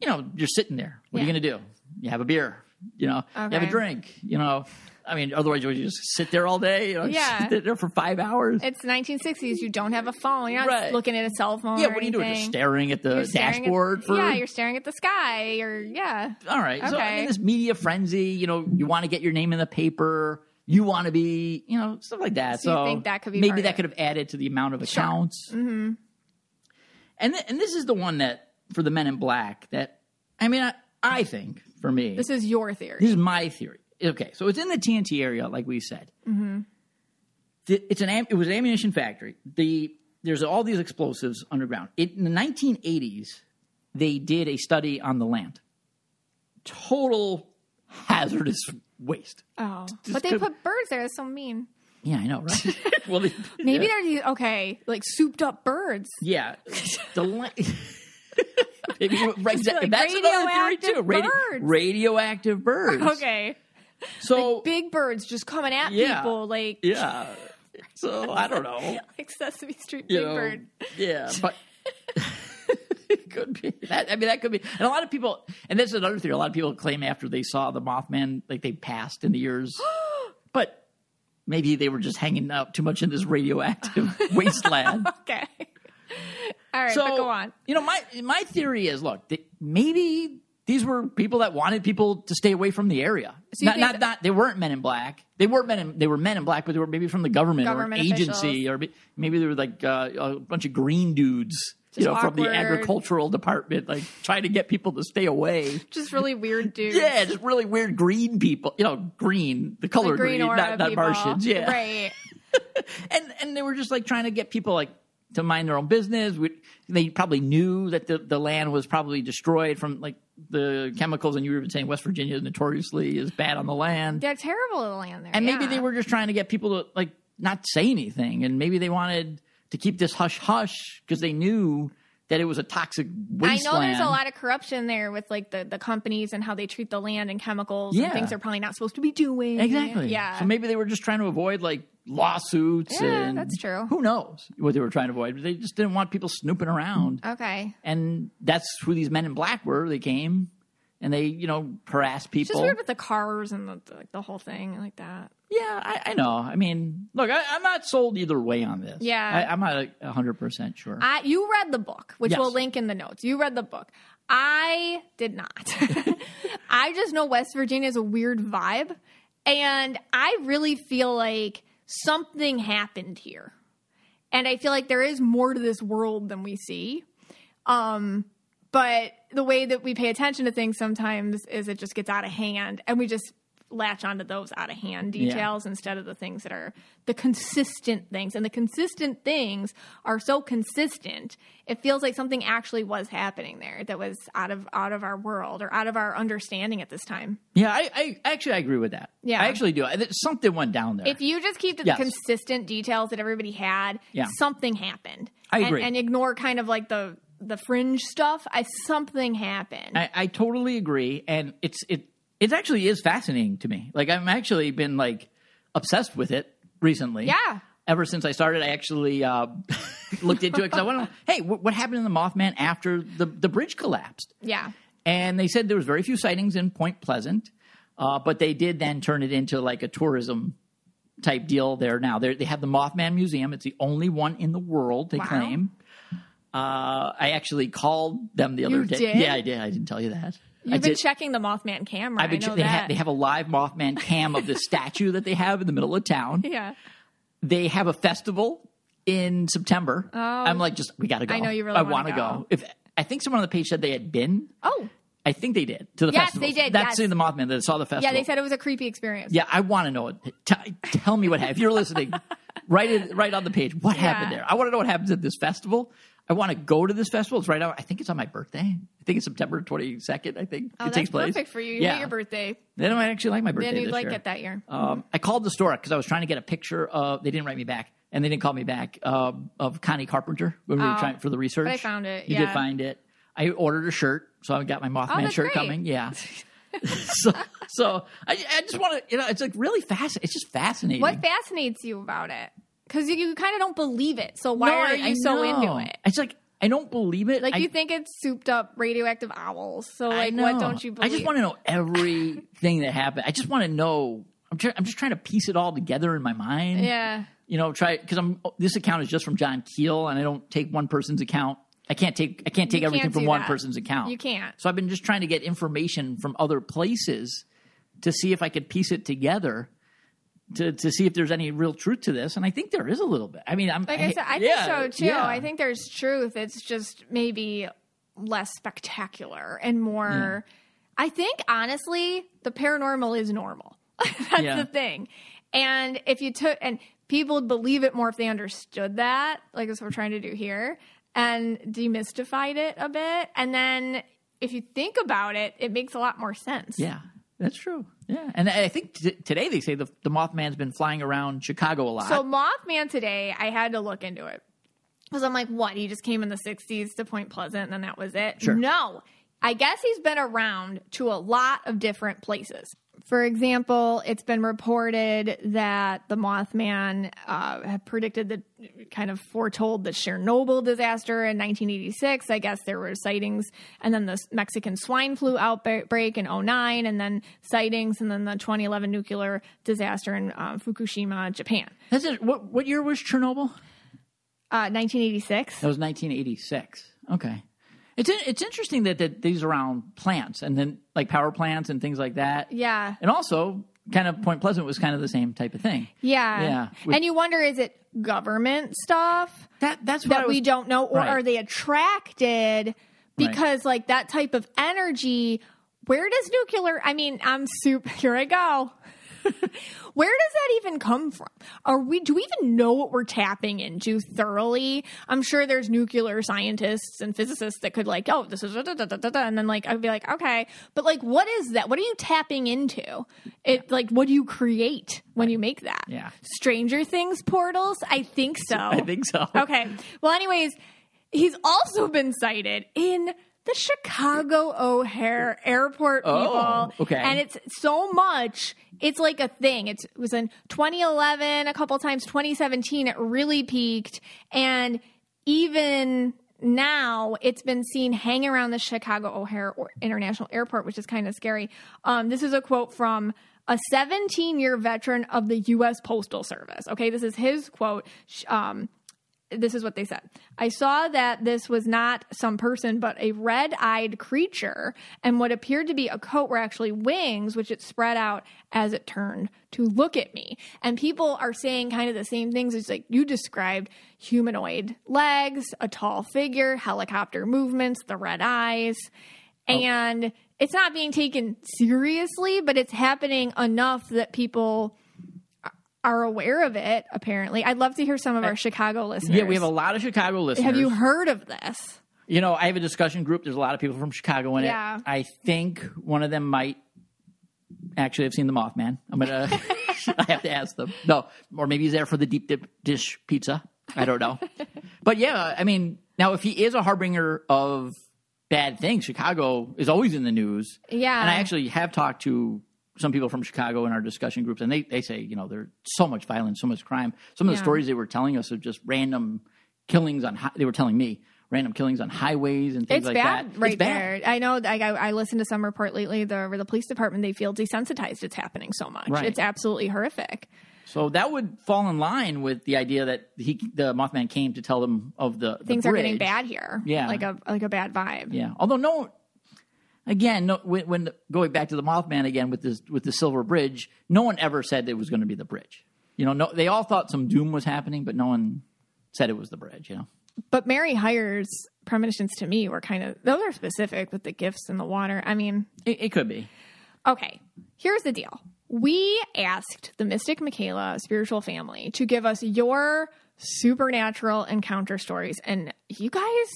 You know, you're sitting there. What are you
Yeah.
going to do? You have a beer. You know, you have
Okay.
a drink. You know, I mean, otherwise would you just sit there all day? You know,
Yeah.
sit there for five hours.
It's 1960s. You don't have a phone. You're not
Right.
looking at a cell phone.
yeah,
or
what are you doing? Just
anything.
staring at the
You're staring at-
dashboard for
yeah. You're staring at the sky. Or yeah.
all right. So I mean,
Okay.
this media frenzy. You know, you want to get your name in the paper. You want to be, you know, stuff like that.
So
So,
you think that could be
maybe
part of
that
it.
could have added to the amount of accounts. Mm-hmm. And th- and this is the one that for the Men in Black that I mean I, I think for me
This is your theory.
this is my theory. Okay, so it's in the TNT area, like we said. Mm-hmm. It's an am- it was an ammunition factory. The there's all these explosives underground. It, in the 1980s, they did a study on the land. Total hazardous waste.
Oh, but they
could-
put birds there. That's so mean.
Yeah, I know, right? well, they,
Maybe they're these okay, like souped up birds.
yeah, the la- Maybe you- right,
Just like
that's another theory too.
radioactive
Radi-
birds.
radioactive birds.
Okay,
so
big birds just coming at
Oh. Yeah.
people like
yeah. So I don't know.
like Sesame Street
you
big
know,
bird.
Yeah, but it could be. That, I mean, that could be. And a lot of people, and that's another theory. A lot of people claim after they saw the Mothman, like they passed in the years, but maybe they were just hanging out too much in this radioactive wasteland.
Okay, all right,
so
but go on.
You know, my my theory is, look, that maybe. These were people that wanted people to stay away from the area.
So you
not,
think
not,
that-
not, they weren't men in black. They weren't men. In, they were men in black, but they were maybe from the government,
Government
or an agency,
officials.
or be- maybe they were like uh, a bunch of green dudes, you
Just
know, from the
awkward.
agricultural department, like trying to get people to stay away.
Just really weird dudes.
Yeah, just really weird green people. You know, green, the color
Like green
green,
aura
not, not
people.
Martians. Yeah,
right.
and and they were just like trying to get people like to mind their own business. We, they probably knew that the, the land was probably destroyed from like the chemicals, and you were saying West Virginia notoriously is bad on the land.
They're terrible at the land there.
and maybe
yeah.
they were just trying to get people to like not say anything, and maybe they wanted to keep this hush hush because they knew that it was a toxic
I
wasteland.
know there's a lot of corruption there with like the, the companies and how they treat the land and chemicals
Yeah.
and things they're probably not supposed to be doing.
Exactly.
Yeah.
So maybe they were just trying to avoid like lawsuits.
Yeah,
and
that's true.
Who knows what they were trying to avoid? They just didn't want people snooping
Oh,
around.
okay.
And that's who these men in black were. They came and they, you know, harassed
It's just
people.
weird with the cars and the, the, the whole thing like that.
yeah, I, I know. I mean, look, I, I'm not sold either way on this.
Yeah.
I, I'm not like, 100% sure.
I, you read the book, which
Yes.
we'll link in the notes. You read the book. I did not. I just know West Virginia is a weird vibe. And I really feel like something happened here. And I feel like there is more to this world than we see. Um, but the way that we pay attention to things sometimes is it just gets out of hand and we just latch onto those out of hand details instead of the things that are the consistent things and the consistent things are so consistent it feels like something actually was happening there that was out of out of our world or out of our understanding at this time
yeah, I, I actually I agree with that.
Yeah.
I actually do. I- that- Something went down there.
if you just keep the
Yes.
consistent details that everybody had
Yeah.
something happened
I
And-
agree.
and, ignore kind of like the the fringe stuff i something happened
I, I totally agree, and it's it it actually is fascinating to me. Like I'm actually been like obsessed with it recently.
Yeah.
Ever since I started, I actually uh, looked into it because I want to. know, Hey, what, what happened in the Mothman after the the bridge collapsed?
yeah
And they said there was very few sightings in Point Pleasant, uh, but they did then turn it into like a tourism type deal there. Now they they have the Mothman Museum. It's the only one in the world they claim. Uh, I actually called them the other
You
day.
did?
Yeah, I did. I didn't tell you that. I
You've been
did-
checking the Mothman camera.
I've been
I know
che- they,
that.
ha- they have a live Mothman cam of the statue that they have in the middle of town.
yeah.
They have a festival in September. I'm like, just we gotta go.
Oh. I know you really
I
wanna
wanna
go.
If I think someone on the page said they had been.
Oh,
I think they did to the
Yes,
festival.
they did, yes.
That's in the Mothman that saw the festival.
yeah. They said it was a creepy experience.
Yeah, I want to know it. T- tell me what happened. If you're listening, write it right on the page. What happened
Yeah.
there? I want to know what happens at this festival. I want to go to this festival. It's right now. I think it's on my birthday. I think it's September 22nd. I think
Oh,
it
that's
takes place.
perfect for you. You
yeah.
hate your birthday.
They don't actually like my birthday.
Then you'd
this
like
year.
it that year.
Um, I called the store because I was trying to get a picture of. They didn't write me back, and they didn't call me back um, of Connie Carpenter when we were trying for the research.
Oh, I found it,
You did
yeah. Oh,
find it. I ordered a shirt, so I got my Mothman
that's
shirt
great.
coming. Yeah. so, so I, I just want to, you know, it's like really fast. It's just fascinating.
What fascinates you about it? Because you, you kind of don't believe it. So why
No,
are
I-
you
I
so
know.
into it?
It's like I don't believe it.
Like
I,
you think it's souped up radioactive owls. So
I
like, what
know.
don't you believe?
I just want to know everything that happened. I just want to know. I'm, try- I'm just trying to piece it all together in my mind.
Yeah.
you know try because i'm this account is just from john keel and i don't take one person's account i can't take i can't take
You
everything
can't
from
do
one
that.
person's account
You can't.
so i've been just trying to get information from other places to see if i could piece it together to, to see if there's any real truth to this and i think there is a little bit i mean i'm
Like I, said, I think
Um, yeah,
so too.
yeah.
I think there's truth. It's just maybe less spectacular and
Mm.
more. I think honestly, the paranormal is normal. That's
Yeah.
the thing. And if you took and people would believe it more if they understood that, like that's what we're trying to do here, and demystified it a bit. And then if you think about it, it makes a lot more sense.
yeah that's true yeah and i think t- today they say the, the mothman's been flying around chicago a lot
So Mothman today, I had to look into it because I'm like, what? He just came in the '60s to Point Pleasant, and then that was it.
Sure.
No, I guess he's been around to a lot of different places. For example, it's been reported that the Mothman uh, had predicted the kind of foretold the Chernobyl disaster in 1986. I guess there were sightings, and then the Mexican swine flu outbreak in 09, and then sightings, and then the 2011 nuclear disaster in uh, Fukushima, Japan.
that's it what, what year was chernobyl
Uh, 1986.
That was 1986. Okay. It's in, it's interesting that, that these are around plants and then like power plants and things like that.
Yeah.
And also, kind of Point Pleasant was kind of the same type of thing.
Yeah.
Yeah.
and you wonder is it government stuff
That that's what I
that
was-
we don't know or
Right.
are they attracted because like that type of energy where does nuclear I mean, I'm soup here I go. Where does that even come from? Are we do we even know what we're tapping into thoroughly? I'm sure there's nuclear scientists and physicists that could like, oh, this is da, da, da, da, da, da, and then like I'd be like, okay, but like what is that? What are you tapping into? It like what do you create when you make that?
Yeah.
Stranger Things portals? I think so.
I think so.
Okay. Well, anyways, he's also been cited in the Chicago O'Hare Airport
Oh,
people.
okay.
And it's so much. It's like a thing. It's, it was in 2011, a couple times, 2017, it really peaked. And even now, it's been seen hanging around the Chicago O'Hare or- International Airport, which is kind of scary. Um, this is a quote from a 17 year veteran of the U.S. Postal Service. Okay, this is his quote. Sh- Um, this is what they said. I saw that this was not some person, but a red eyed creature, and what appeared to be a coat were actually wings, which it spread out as it turned to look at me. And people are saying kind of the same things. It's like you described humanoid legs, a tall figure, helicopter movements, the red eyes.
Oh.
And it's not being taken seriously, but it's happening enough that people are aware of it apparently i'd love to hear some of our chicago listeners
Yeah, we have a lot of Chicago listeners.
have you heard of this?
You know, I have a discussion group. There's a lot of people from Chicago in
Yeah.
it. I think one of them might actually have seen the Mothman. I'm gonna. I have to ask them. No, or maybe he's there for the deep dip dish pizza. I don't know. but yeah, I mean, now if he is a harbinger of bad things, Chicago is always in the news.
Yeah.
and I actually have talked to some people from Chicago in our discussion groups, and they they say you know there's so much violence, so much crime. Some of the
Yeah.
stories they were telling us of just random killings on. Hi- they were telling me random killings on highways and things
It's
like
bad
that.
right
it's bad.
there. I know. I, I I listened to some report lately. The the police department they feel desensitized. It's happening so much.
Right.
It's absolutely horrific.
So that would fall in line with the idea that he, the Mothman, came to tell them of the the
Things are getting
bridge.
bad here.
Yeah.
like a like a bad vibe.
Yeah. Although no, again, no, when, when going back to the Mothman again with this with the Silver Bridge, no one ever said it was going to be the bridge. You know, no, they all thought some doom was happening, but no one said it was the bridge. You know.
But Mary Hires premonitions to me were kind of those are specific with the gifts in the water. I mean,
It, it could be.
Okay, here's the deal. We asked the Mystic Michaela spiritual family to give us your supernatural encounter stories, and you guys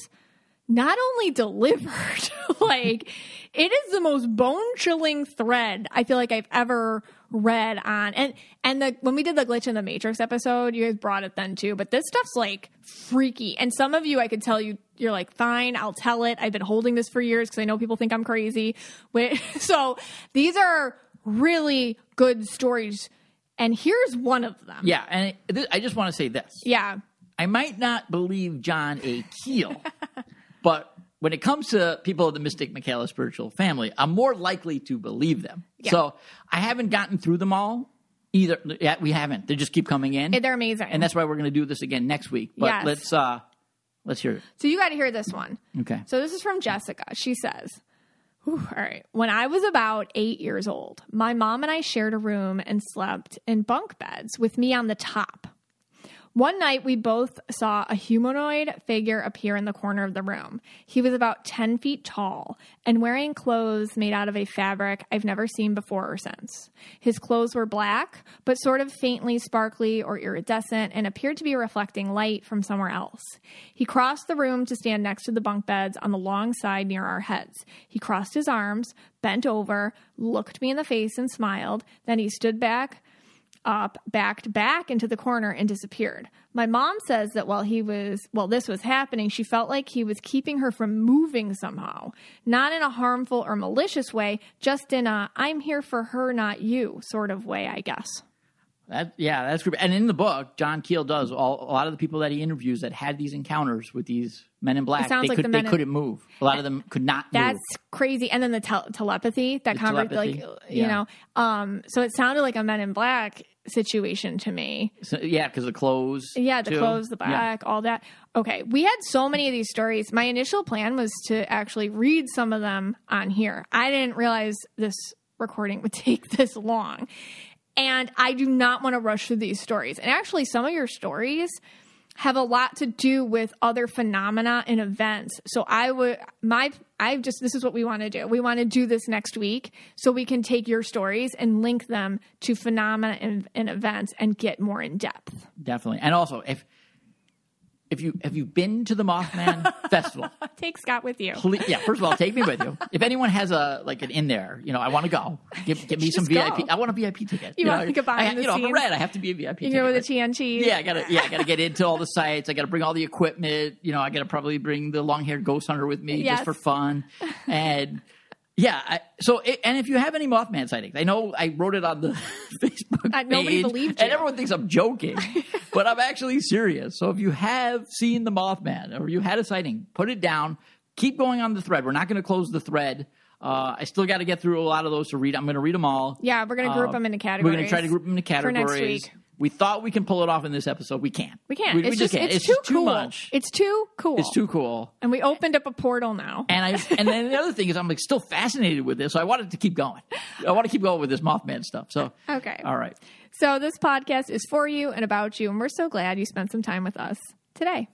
not only delivered, like, it is the most bone chilling thread I feel like I've ever read on. And, and the, when we did the Glitch in the Matrix episode, you guys brought it then too, but this stuff's like freaky. And some of you, I could tell you, you're like, fine, I'll tell it. I've been holding this for years because I know people think I'm crazy. Wait- So these are really good stories. And here's one of them.
Yeah, and it, th- I just want to say this.
Yeah.
I might not believe John A. Keel, but when it comes to people of the Mystic Michaela spiritual family, I'm more likely to believe them. So I haven't gotten through them all either. Yeah, we haven't. They just keep coming in,
They're amazing.
and that's why we're going to do this again next week. But
Yes.
let's uh, let's hear it.
so you got to hear this one.
Okay.
So this is from Jessica. She says, Whew, All right. When I was about eight years old, my mom and I shared a room and slept in bunk beds with me on the top. One night, we both saw a humanoid figure appear in the corner of the room. He was about 10 feet tall and wearing clothes made out of a fabric I've never seen before or since. His clothes were black, but sort of faintly sparkly or iridescent and appeared to be reflecting light from somewhere else. He crossed the room to stand next to the bunk beds on the long side near our heads. He crossed his arms, bent over, looked me in the face, and smiled. Then he stood back up, backed back into the corner, and disappeared. My mom says that while he was while this was happening, she felt like he was keeping her from moving somehow. Not in a harmful or malicious way, just in a I'm here for her, not you sort of way, I guess.
That, yeah, that's creepy. And in the book, John Keel does all, a lot of the people that he interviews that had these encounters with these men in black.
sounds
They,
like
could,
the
they
men in-
couldn't move. A lot of them could not
That's
move.
crazy. And then the tel telepathy, that
The
conver-
telepathy,
like you
yeah.
know. Um so it sounded like a men in black situation to me.
So, yeah, because the clothes.
Yeah, the
too.
clothes, the
Yeah.
back, all that. Okay, we had so many of these stories. My initial plan was to actually read some of them on here. I didn't realize this recording would take this long. And I do not want to rush through these stories. And actually, some of your stories have a lot to do with other phenomena and events. So I would my I just this is what we want to do. We want to do this next week so we can take your stories and link them to phenomena and, and events and get more in depth.
Definitely. And also, if if you have you been to the Mothman Festival?
Take Scott with you.
Please, yeah. First of all, take me with you. If anyone has a like an in there, you know, I want to go. Give, give me some
Just go.
VIP. I want a VIP ticket.
You want
know,
to get behind
I,
the
you know, I'm a
scenes.
red. I have to be a VIP.
You
ticket,
know with the
right?
TN cheese.
Yeah, I gotta yeah, I gotta get into all the sites. I gotta bring all the equipment. You know, I gotta probably bring the long haired ghost hunter with me
Yes.
just for fun. And yeah, I, so it, and if you have any Mothman sightings, I know I wrote it on the Facebook.
Uh, nobody
page,
believed
and
you.
everyone thinks I'm joking, but I'm actually serious. So if you have seen the Mothman or you had a sighting, put it down. Keep going on the thread. We're not going to close the thread. Uh, I still got to get through a lot of those to read. I'm going to read them all. Uh,
Yeah, we're gonna group them into
We're
categories
going to try to group them into
for
categories.
next week.
We thought we can pull it off in this episode. We can't.
We can't.
We,
it's
we
just,
just can't.
It's,
just
too cool.
much.
It's too cool.
It's too cool.
And we opened up a portal now.
And I and then the other thing is I'm like still fascinated with this, so I wanted to keep going. I want to keep going with this Mothman stuff. So
Okay.
all right.
So this podcast is for you and about you, and we're so glad you spent some time with us today.